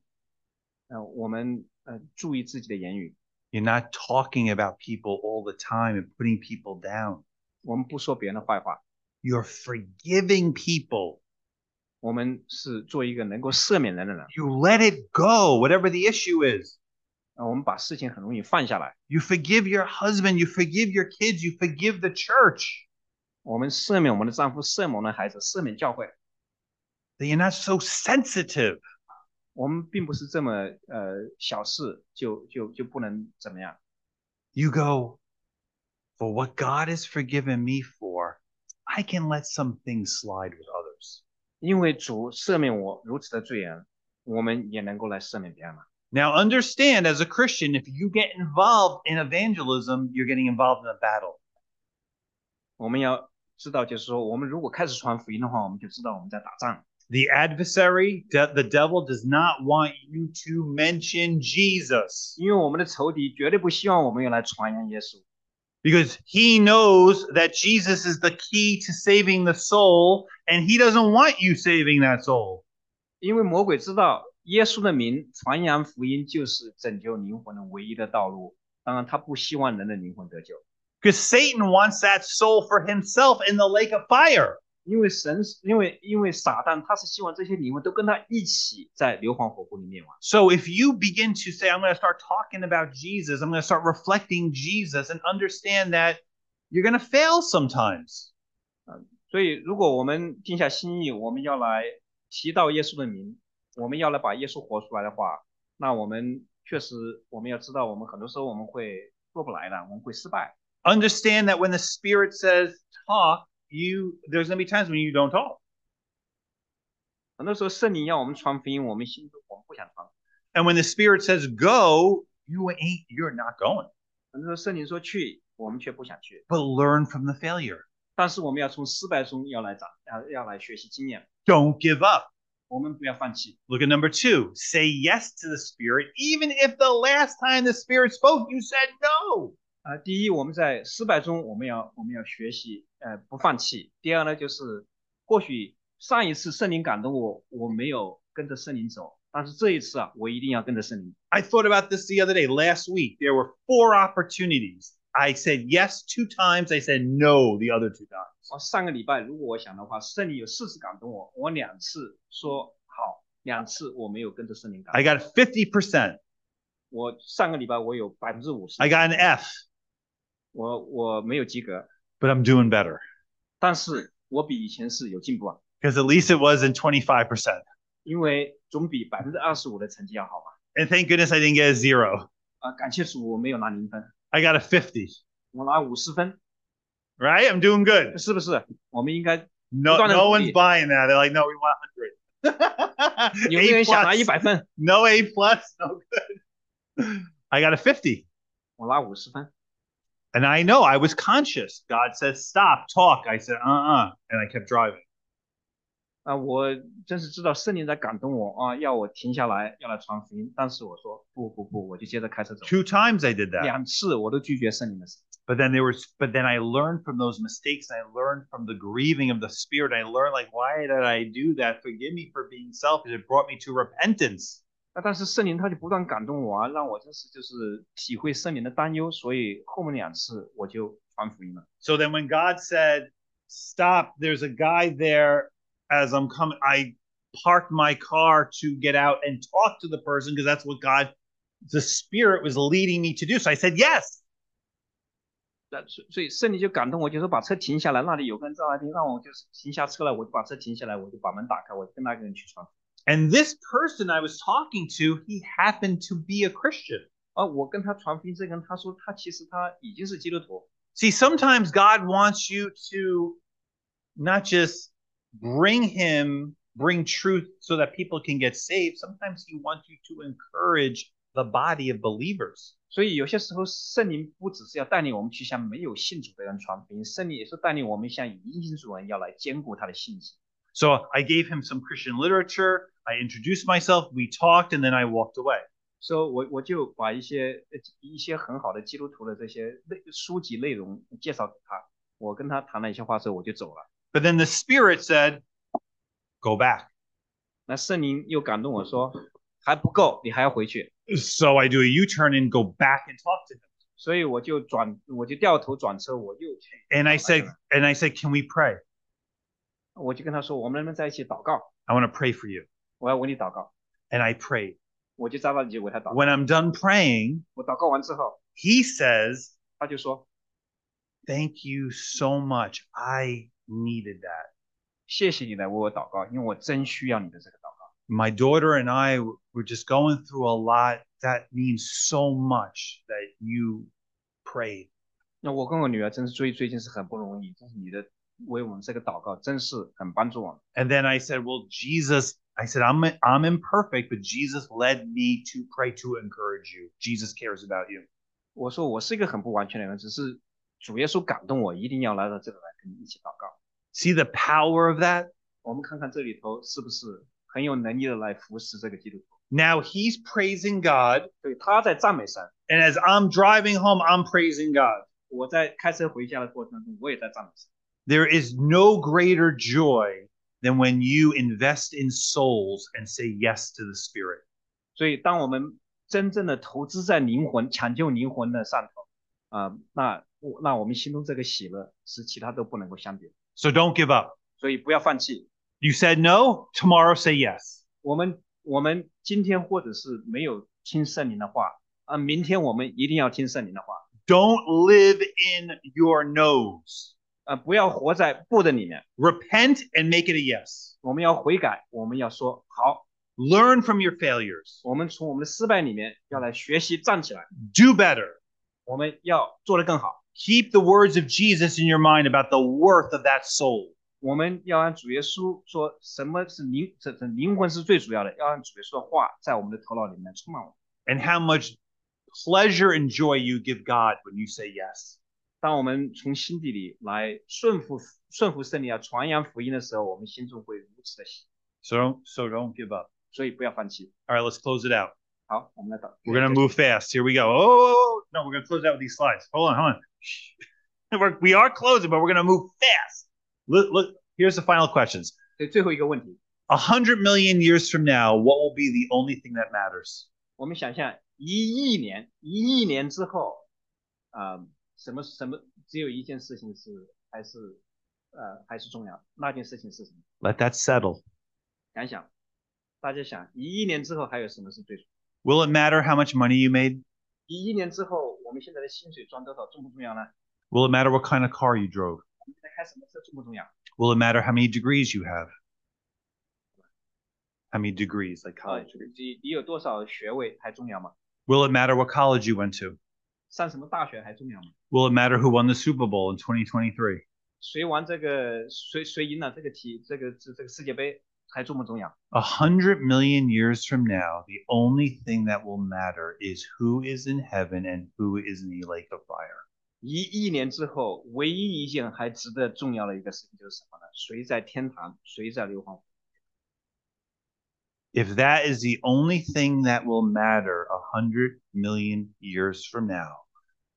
嗯、我们呃注意自己的言语，
You're not talking about people all the time and putting people down.
我们不说别人的坏话，
You're forgiving people.
我们是做一个能够赦免人的人，
You let it go, whatever the issue is.
啊、我们把事情很容易放下来，
You forgive your husband, you forgive your kids, you forgive the church.
我们赦免我们的丈夫，赦免我们的孩子，赦免教会。
That you're not so sensitive.
我们并不是这么呃小事就就就不能怎么样。
You go, for what God has forgiven me for, I can let some things slide with others.
因为主赦免我如此的罪人，我们也能够来赦免别人嘛。
Now, understand as a Christian, if you get involved in evangelism, you're getting involved in a battle.
我们要知道，就是说，我们如果开始传福音的话，我们就知道我们在打仗。
The adversary, de- the devil, does not want you to mention Jesus
因为我们的仇敌绝对不希望我们用来传扬耶稣，
because he knows that Jesus is the key to saving the soul, and he doesn't want you saving that soul.
因为魔鬼知道耶稣的名传扬福音就是拯救灵魂的唯一的道路。当然，他不希望人的灵魂得救，
Because Satan wants that soul for himself in the lake of fire.
因为神是，因为因为撒旦他是希望这些灵魂都跟他一起在硫磺火湖里灭亡。
So if you begin to say, I'm going to start talking about Jesus, I'm going to start reflecting Jesus and understand that you're going to fail sometimes.
所以，如果我们定下心意，我们要来提到耶稣的名，我们要来把耶稣活出来的话，那我们确实我们要知道，我们很多时候我们会做不来的，我们会失败。
Understand that when the Spirit says talk, you there's going to be times when you don't talk.
很多时候圣灵要我们传福音，我们心中我们不想传。
And when the Spirit says go, you ain't you're not going.
很多时候圣灵说去，我们却不想去。
But learn from the failure.
但是我们要从失败中要来长，要要来学习经验，
Don't give up.
我们不要放弃。
Look at number 2. Say yes to the Spirit even if the last time the Spirit spoke you said no.
啊、第一，我们在失败中，我们要我们要学习，呃，不放弃。第二呢，就是或许上一次圣灵感动我，我没有跟着圣灵走，但是这一次啊，我一定要跟着圣灵。
I thought about this the other day. Last week, there were four opportunities. I said yes two times. I said no the other two times.
我哦上个礼拜，如果我想的话，圣灵有四次感动我，我两次说好，两次我没有跟着圣灵感
I
动。
got 50%.
我上个礼拜我有百分之五十
I，got an F,
我我没有及格，
but I'm doing better
但是我比以前是有进步啊，
because at least it was in 25%.
因为总比百分之二十五的成绩要好嘛。
And thank goodness I didn't get a zero.
啊、感谢主，我没有拿零分，
I got a 50,
我拿五十分。
right? I'm doing good.
是不是？我们应该 You
No,
got a
no one's
50.
buying that. They're like, no, we want 100.
有没有
A
人想拿
plus.
一百分？
No A plus, no good. I got a 50.
我拿五十分，
And I know I was conscious. God says, stop, talk. I said, uh uh. And I kept driving.
啊，我真是知道圣灵在感动我啊，要我停下来，要来传福音。但是我说不不不，我就接着开车走。
Two times I did that.
两次我都拒绝圣灵的事，
But then there was, but then I learned from those mistakes. I learned from the grieving of the spirit. I learned like, why did I do that? Forgive me for being selfish. It brought me to repentance.
那啊但是圣灵他就不断感动我啊，让我真是就是体会圣灵的担忧，所以后面两次我就传福音了。
So then when God said, stop, there's a guy there as I'm coming, I parked my car to get out and talk to the person because that's what God, the spirit was leading me to do. So I said, yes.
那所所以圣灵就感动我，就说把车停下来，那里有个人在那边，让我就是停下车来，我就把车停下来，我就把门打开，我就跟那个人去传福音。
And this person I was talking to, he happened to be a Christian.
啊，我跟他传福音，这个人他说他其实他已经是基督徒。
See, sometimes God wants you to not just bring him, bring truth so that people can get saved. Sometimes he wants you to encourage the body of believers.
所以有些时候，圣灵不只是要带领我们去向没有信主的人传福音，圣灵也是带领我们向已经信主的人要来兼顾他的信心。
So I gave him some Christian literature. I introduced myself. We talked, and then I walked away.
所以，我我就把一些呃一些很好的基督徒的这些内书籍内容介绍给他。我跟他谈了一些话之后，我就走了。
But then the Spirit said, Go back.
那圣灵又感动我说，还不够，你还要回去。
So I do a U turn and go back and talk to him.
所以我就转，我就掉头转车，我又去，
And I said, And I said, Can we pray?
我就跟他说，我们能不能在一起祷告？
I want to pray for you.
我要为你祷告。
And I prayed.
我就站到那里为他祷告。
When I'm done praying,
我祷告完之后，
he says,
他就说
thank you so much. I needed that.
谢谢你来为我祷告，因为我真需要你的这个祷告。
My daughter and I were just going through a lot. That means so much that you prayed.
那我跟我女儿真是最最近是很不容易，但是你的为我们这个祷告真是很帮助我们。
And then I said, well, Jesus, I said, I'm, I'm imperfect, but Jesus led me to pray to encourage you. Jesus cares about you.
我说我是一个很不完全的人，只是主耶稣感动我，一定要来到这个来神一起祷告。
See the power of that?
我们看看这里头是不是很有能力的来服侍这个基督徒。
Now he's praising God.
对，他在赞美神。
And as I'm driving home, I'm praising God.
我在开车回家的过程中，我也在赞美神。
There is no greater joy than when you invest in souls and say yes to the Spirit.
所以，当我们真正的投资在灵魂、抢救灵魂的上头，啊、那我那我们心中这个喜乐是其他都不能够相比的。
So don't give up.
所以，不要放弃。
You said no, tomorrow say yes.
我们我们今天或者是没有听圣灵的话，啊，明天我们一定要听圣灵的话，
Don't live in your nose.
啊，不要活在不的里面。
Repent and make it a yes.
我们要悔改，我们要说好，
Learn from your failures.
我们从我们的失败里面要来学习站起来，
Do better.
我们要做得更好。
Keep the words of Jesus in your mind about the worth of that soul.
我们要按主耶稣说什么是灵，这这灵魂是最主要的，要按主耶稣的话在我们的头脑里面充满我们。
and how much pleasure and joy you give God when you say yes.
当我们从心底里来顺服顺服圣灵啊，传扬福音的时候，我们心中会如此的喜，
So don't, so don't give up.
所以不要放弃。
All right, let's close it out.
好，我们来祷。
We're gonna move fast. Here we go. Oh no, we're gonna close out with these slides. Hold on, hold on. We're, we are closing, but we're gonna move fast. Look, look. Here's the final questions.
对，最后一个问题，
A hundred million years from now, what will be the only thing that matters?
我们想象一亿年，一亿年之后，啊、什么什么，只有一件事情是还是呃还是重要的，那件事情是什么？
Let that settle.
想想，大家想，一亿年之后还有什么是最重要的？
Will it matter how much money you made?
一亿年之后，我们现在的薪水赚多少重不重要呢？
Will it matter what kind of car you drove?
我们现在开什么车重不重要？
Will it matter how many degrees you have? How many degrees, like
啊，
college?
你你有多少学位还重要吗？
Will it matter what college you went to?
上什么大学还重要吗？
Will it matter who won the Super Bowl in 2023?
谁玩这个谁谁赢了这个题这个这这个世界杯还重不重要？
A hundred million years from now, the only thing that will matter is who is in heaven and who is in the lake of fire.
一亿年之后，唯一一件还值得重要的一个事情就是什么呢？谁在天堂，谁在硫磺湖？
If that is the only thing that will matter a hundred million years from now,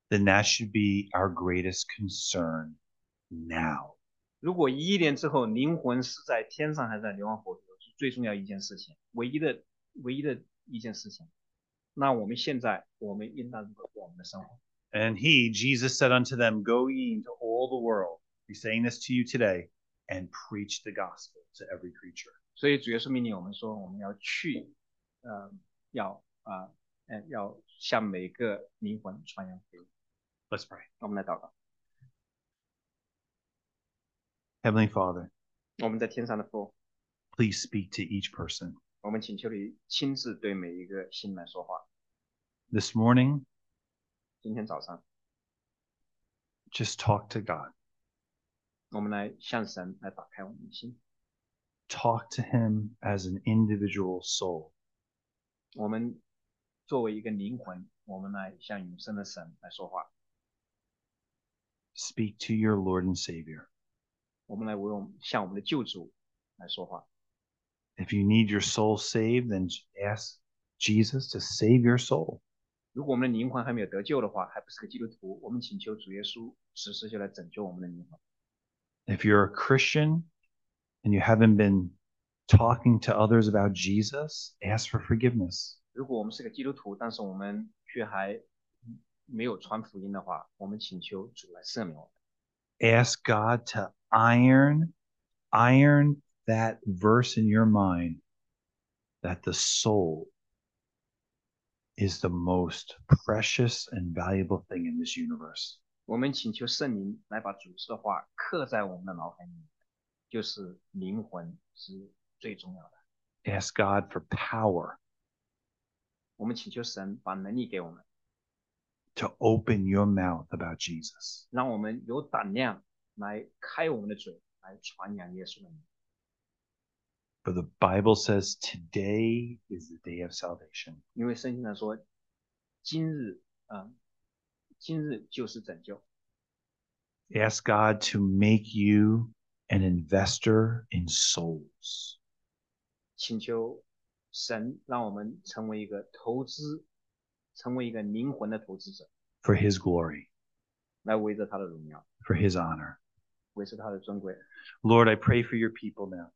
then that should be our greatest concern now.
如果一亿年之后灵魂是在天上还是在硫磺湖里，是最重要一件事情，唯一的唯一的一件事情。那我们现在，我们应当如何过我们的生活？
And he, Jesus, said unto them, Go ye into all the world. He's saying this to you today, and preach the gospel to every creature.
所以主耶稣命令我们说，我们要去，呃，要啊，呃嗯、要向每个灵魂传扬福音。
Let's pray.
我们来祷告，
Heavenly Father,
我们在天上的父，
please speak to each person.
我们请求你亲自对每一个心来说话。
This morning,
今天早上，
just talk to God.
我们来向神来打开我们的心，
Talk to Him as an individual soul.
我们作为一个灵魂，我们来向永生的神来说话，
Speak to your Lord and Savior.
我们来为我们向我们的救主来说话。
If you need your soul saved, then ask Jesus to save your soul.
如果我们的灵魂还没有得救的话，还不是个基督徒，我们请求主耶稣实时就来拯救我们的灵魂。
If you're a Christian and you haven't been talking to others about Jesus, ask for forgiveness.
如果我们是个基督徒，但是我们却还没有传福音的话，我们请求主来赦免我们。
ask God to iron iron that verse in your mind that the soul is the most precious and valuable thing in this universe.
我们请求圣灵来把主耶稣的话刻在我们的脑海里面，就是灵魂是最重要的。
Ask God for power
我们请求神把能力给我们，
to open your mouth about Jesus.
让我们有胆量来开我们的嘴，来传扬耶稣的名。
For the Bible says today is the day of salvation.
因为圣经上说，呃今日，嗯、今日就是拯救。
Ask God to make you an investor in souls.
请求神让我们成为一个投资，成为一个灵魂的投资者，
for his glory,
来围着他的荣耀，
for his honor.
维持他的尊贵。
Lord, I pray for your people now.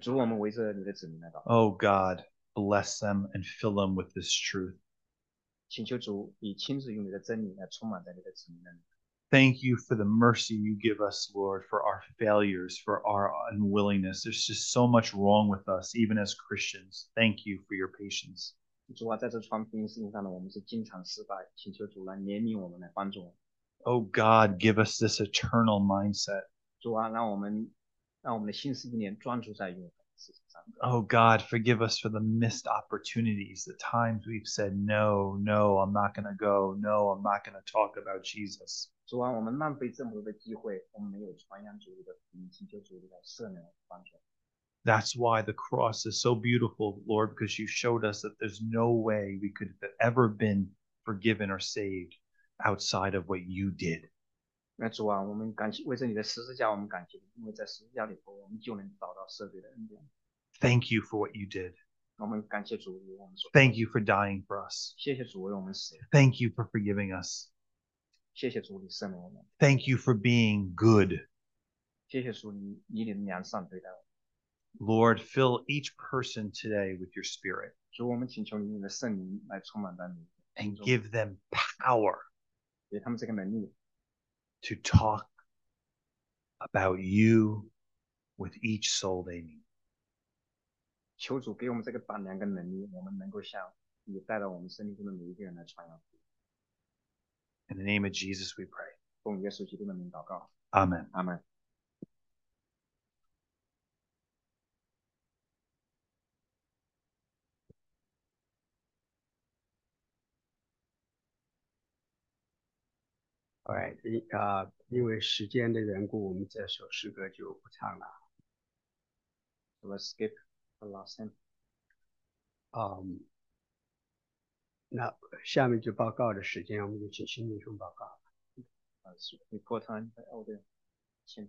主，我们围着你的子民来祷告，
Oh God, bless them and fill them with this truth.
请求主以亲自用你的真理来充满在你的子民的里。
Thank you for the mercy you give us, Lord, for our failures, for our unwillingness. There's just so much wrong with us, even as Christians. Thank you for your patience.
主啊，在这传福音事情上呢，我们是经常失败，请求主来怜悯我们，来帮助我们。
Oh God, give us this eternal mindset.
主啊，让我们让我们的心思意念专注在永恒的事情上。
Oh God, forgive us for the missed opportunities, the times we've said, no, no, I'm not going to go. No, I'm not going to talk about Jesus.
主啊，我们浪费这么多的机会，我们没有传扬主你的福音，请求主你来赦免我们，帮助我们。
That's why the cross is so beautiful, Lord, because you showed us that there's no way we could have ever been forgiven or saved outside of what you did.
那主啊，我们感谢为着你的十字架，我们感谢你，因为在十字架里头，我们就能找到赦罪的恩典。
Thank you for what you did.
我们感谢主为我们所，
Thank you for dying for us.
谢谢主为我们死，
Thank you for forgiving us.
谢谢主你赦免我们，
Thank you for being good.
谢谢主你以你的良善对待我们。
Lord, fill each person today with your spirit
主，我们请求你用你的圣灵来充满在你们的心
and
中，
give them power
给他们这个能力，
to talk about you with each soul they meet.
求主给我们这个胆量跟能力，我们能够向你带到我们生命中的每一个人来传扬。
In the name of Jesus, we pray.
奉耶稣基督的名祷告，
Amen.
阿门。
Alright，因啊，因为时间的缘故，我们这首诗歌就不唱了。
So let's skip the last hymn.
嗯，那下面就报告的时间，我们就请新民兄报告。
Uh, it's report time by Elder Chin.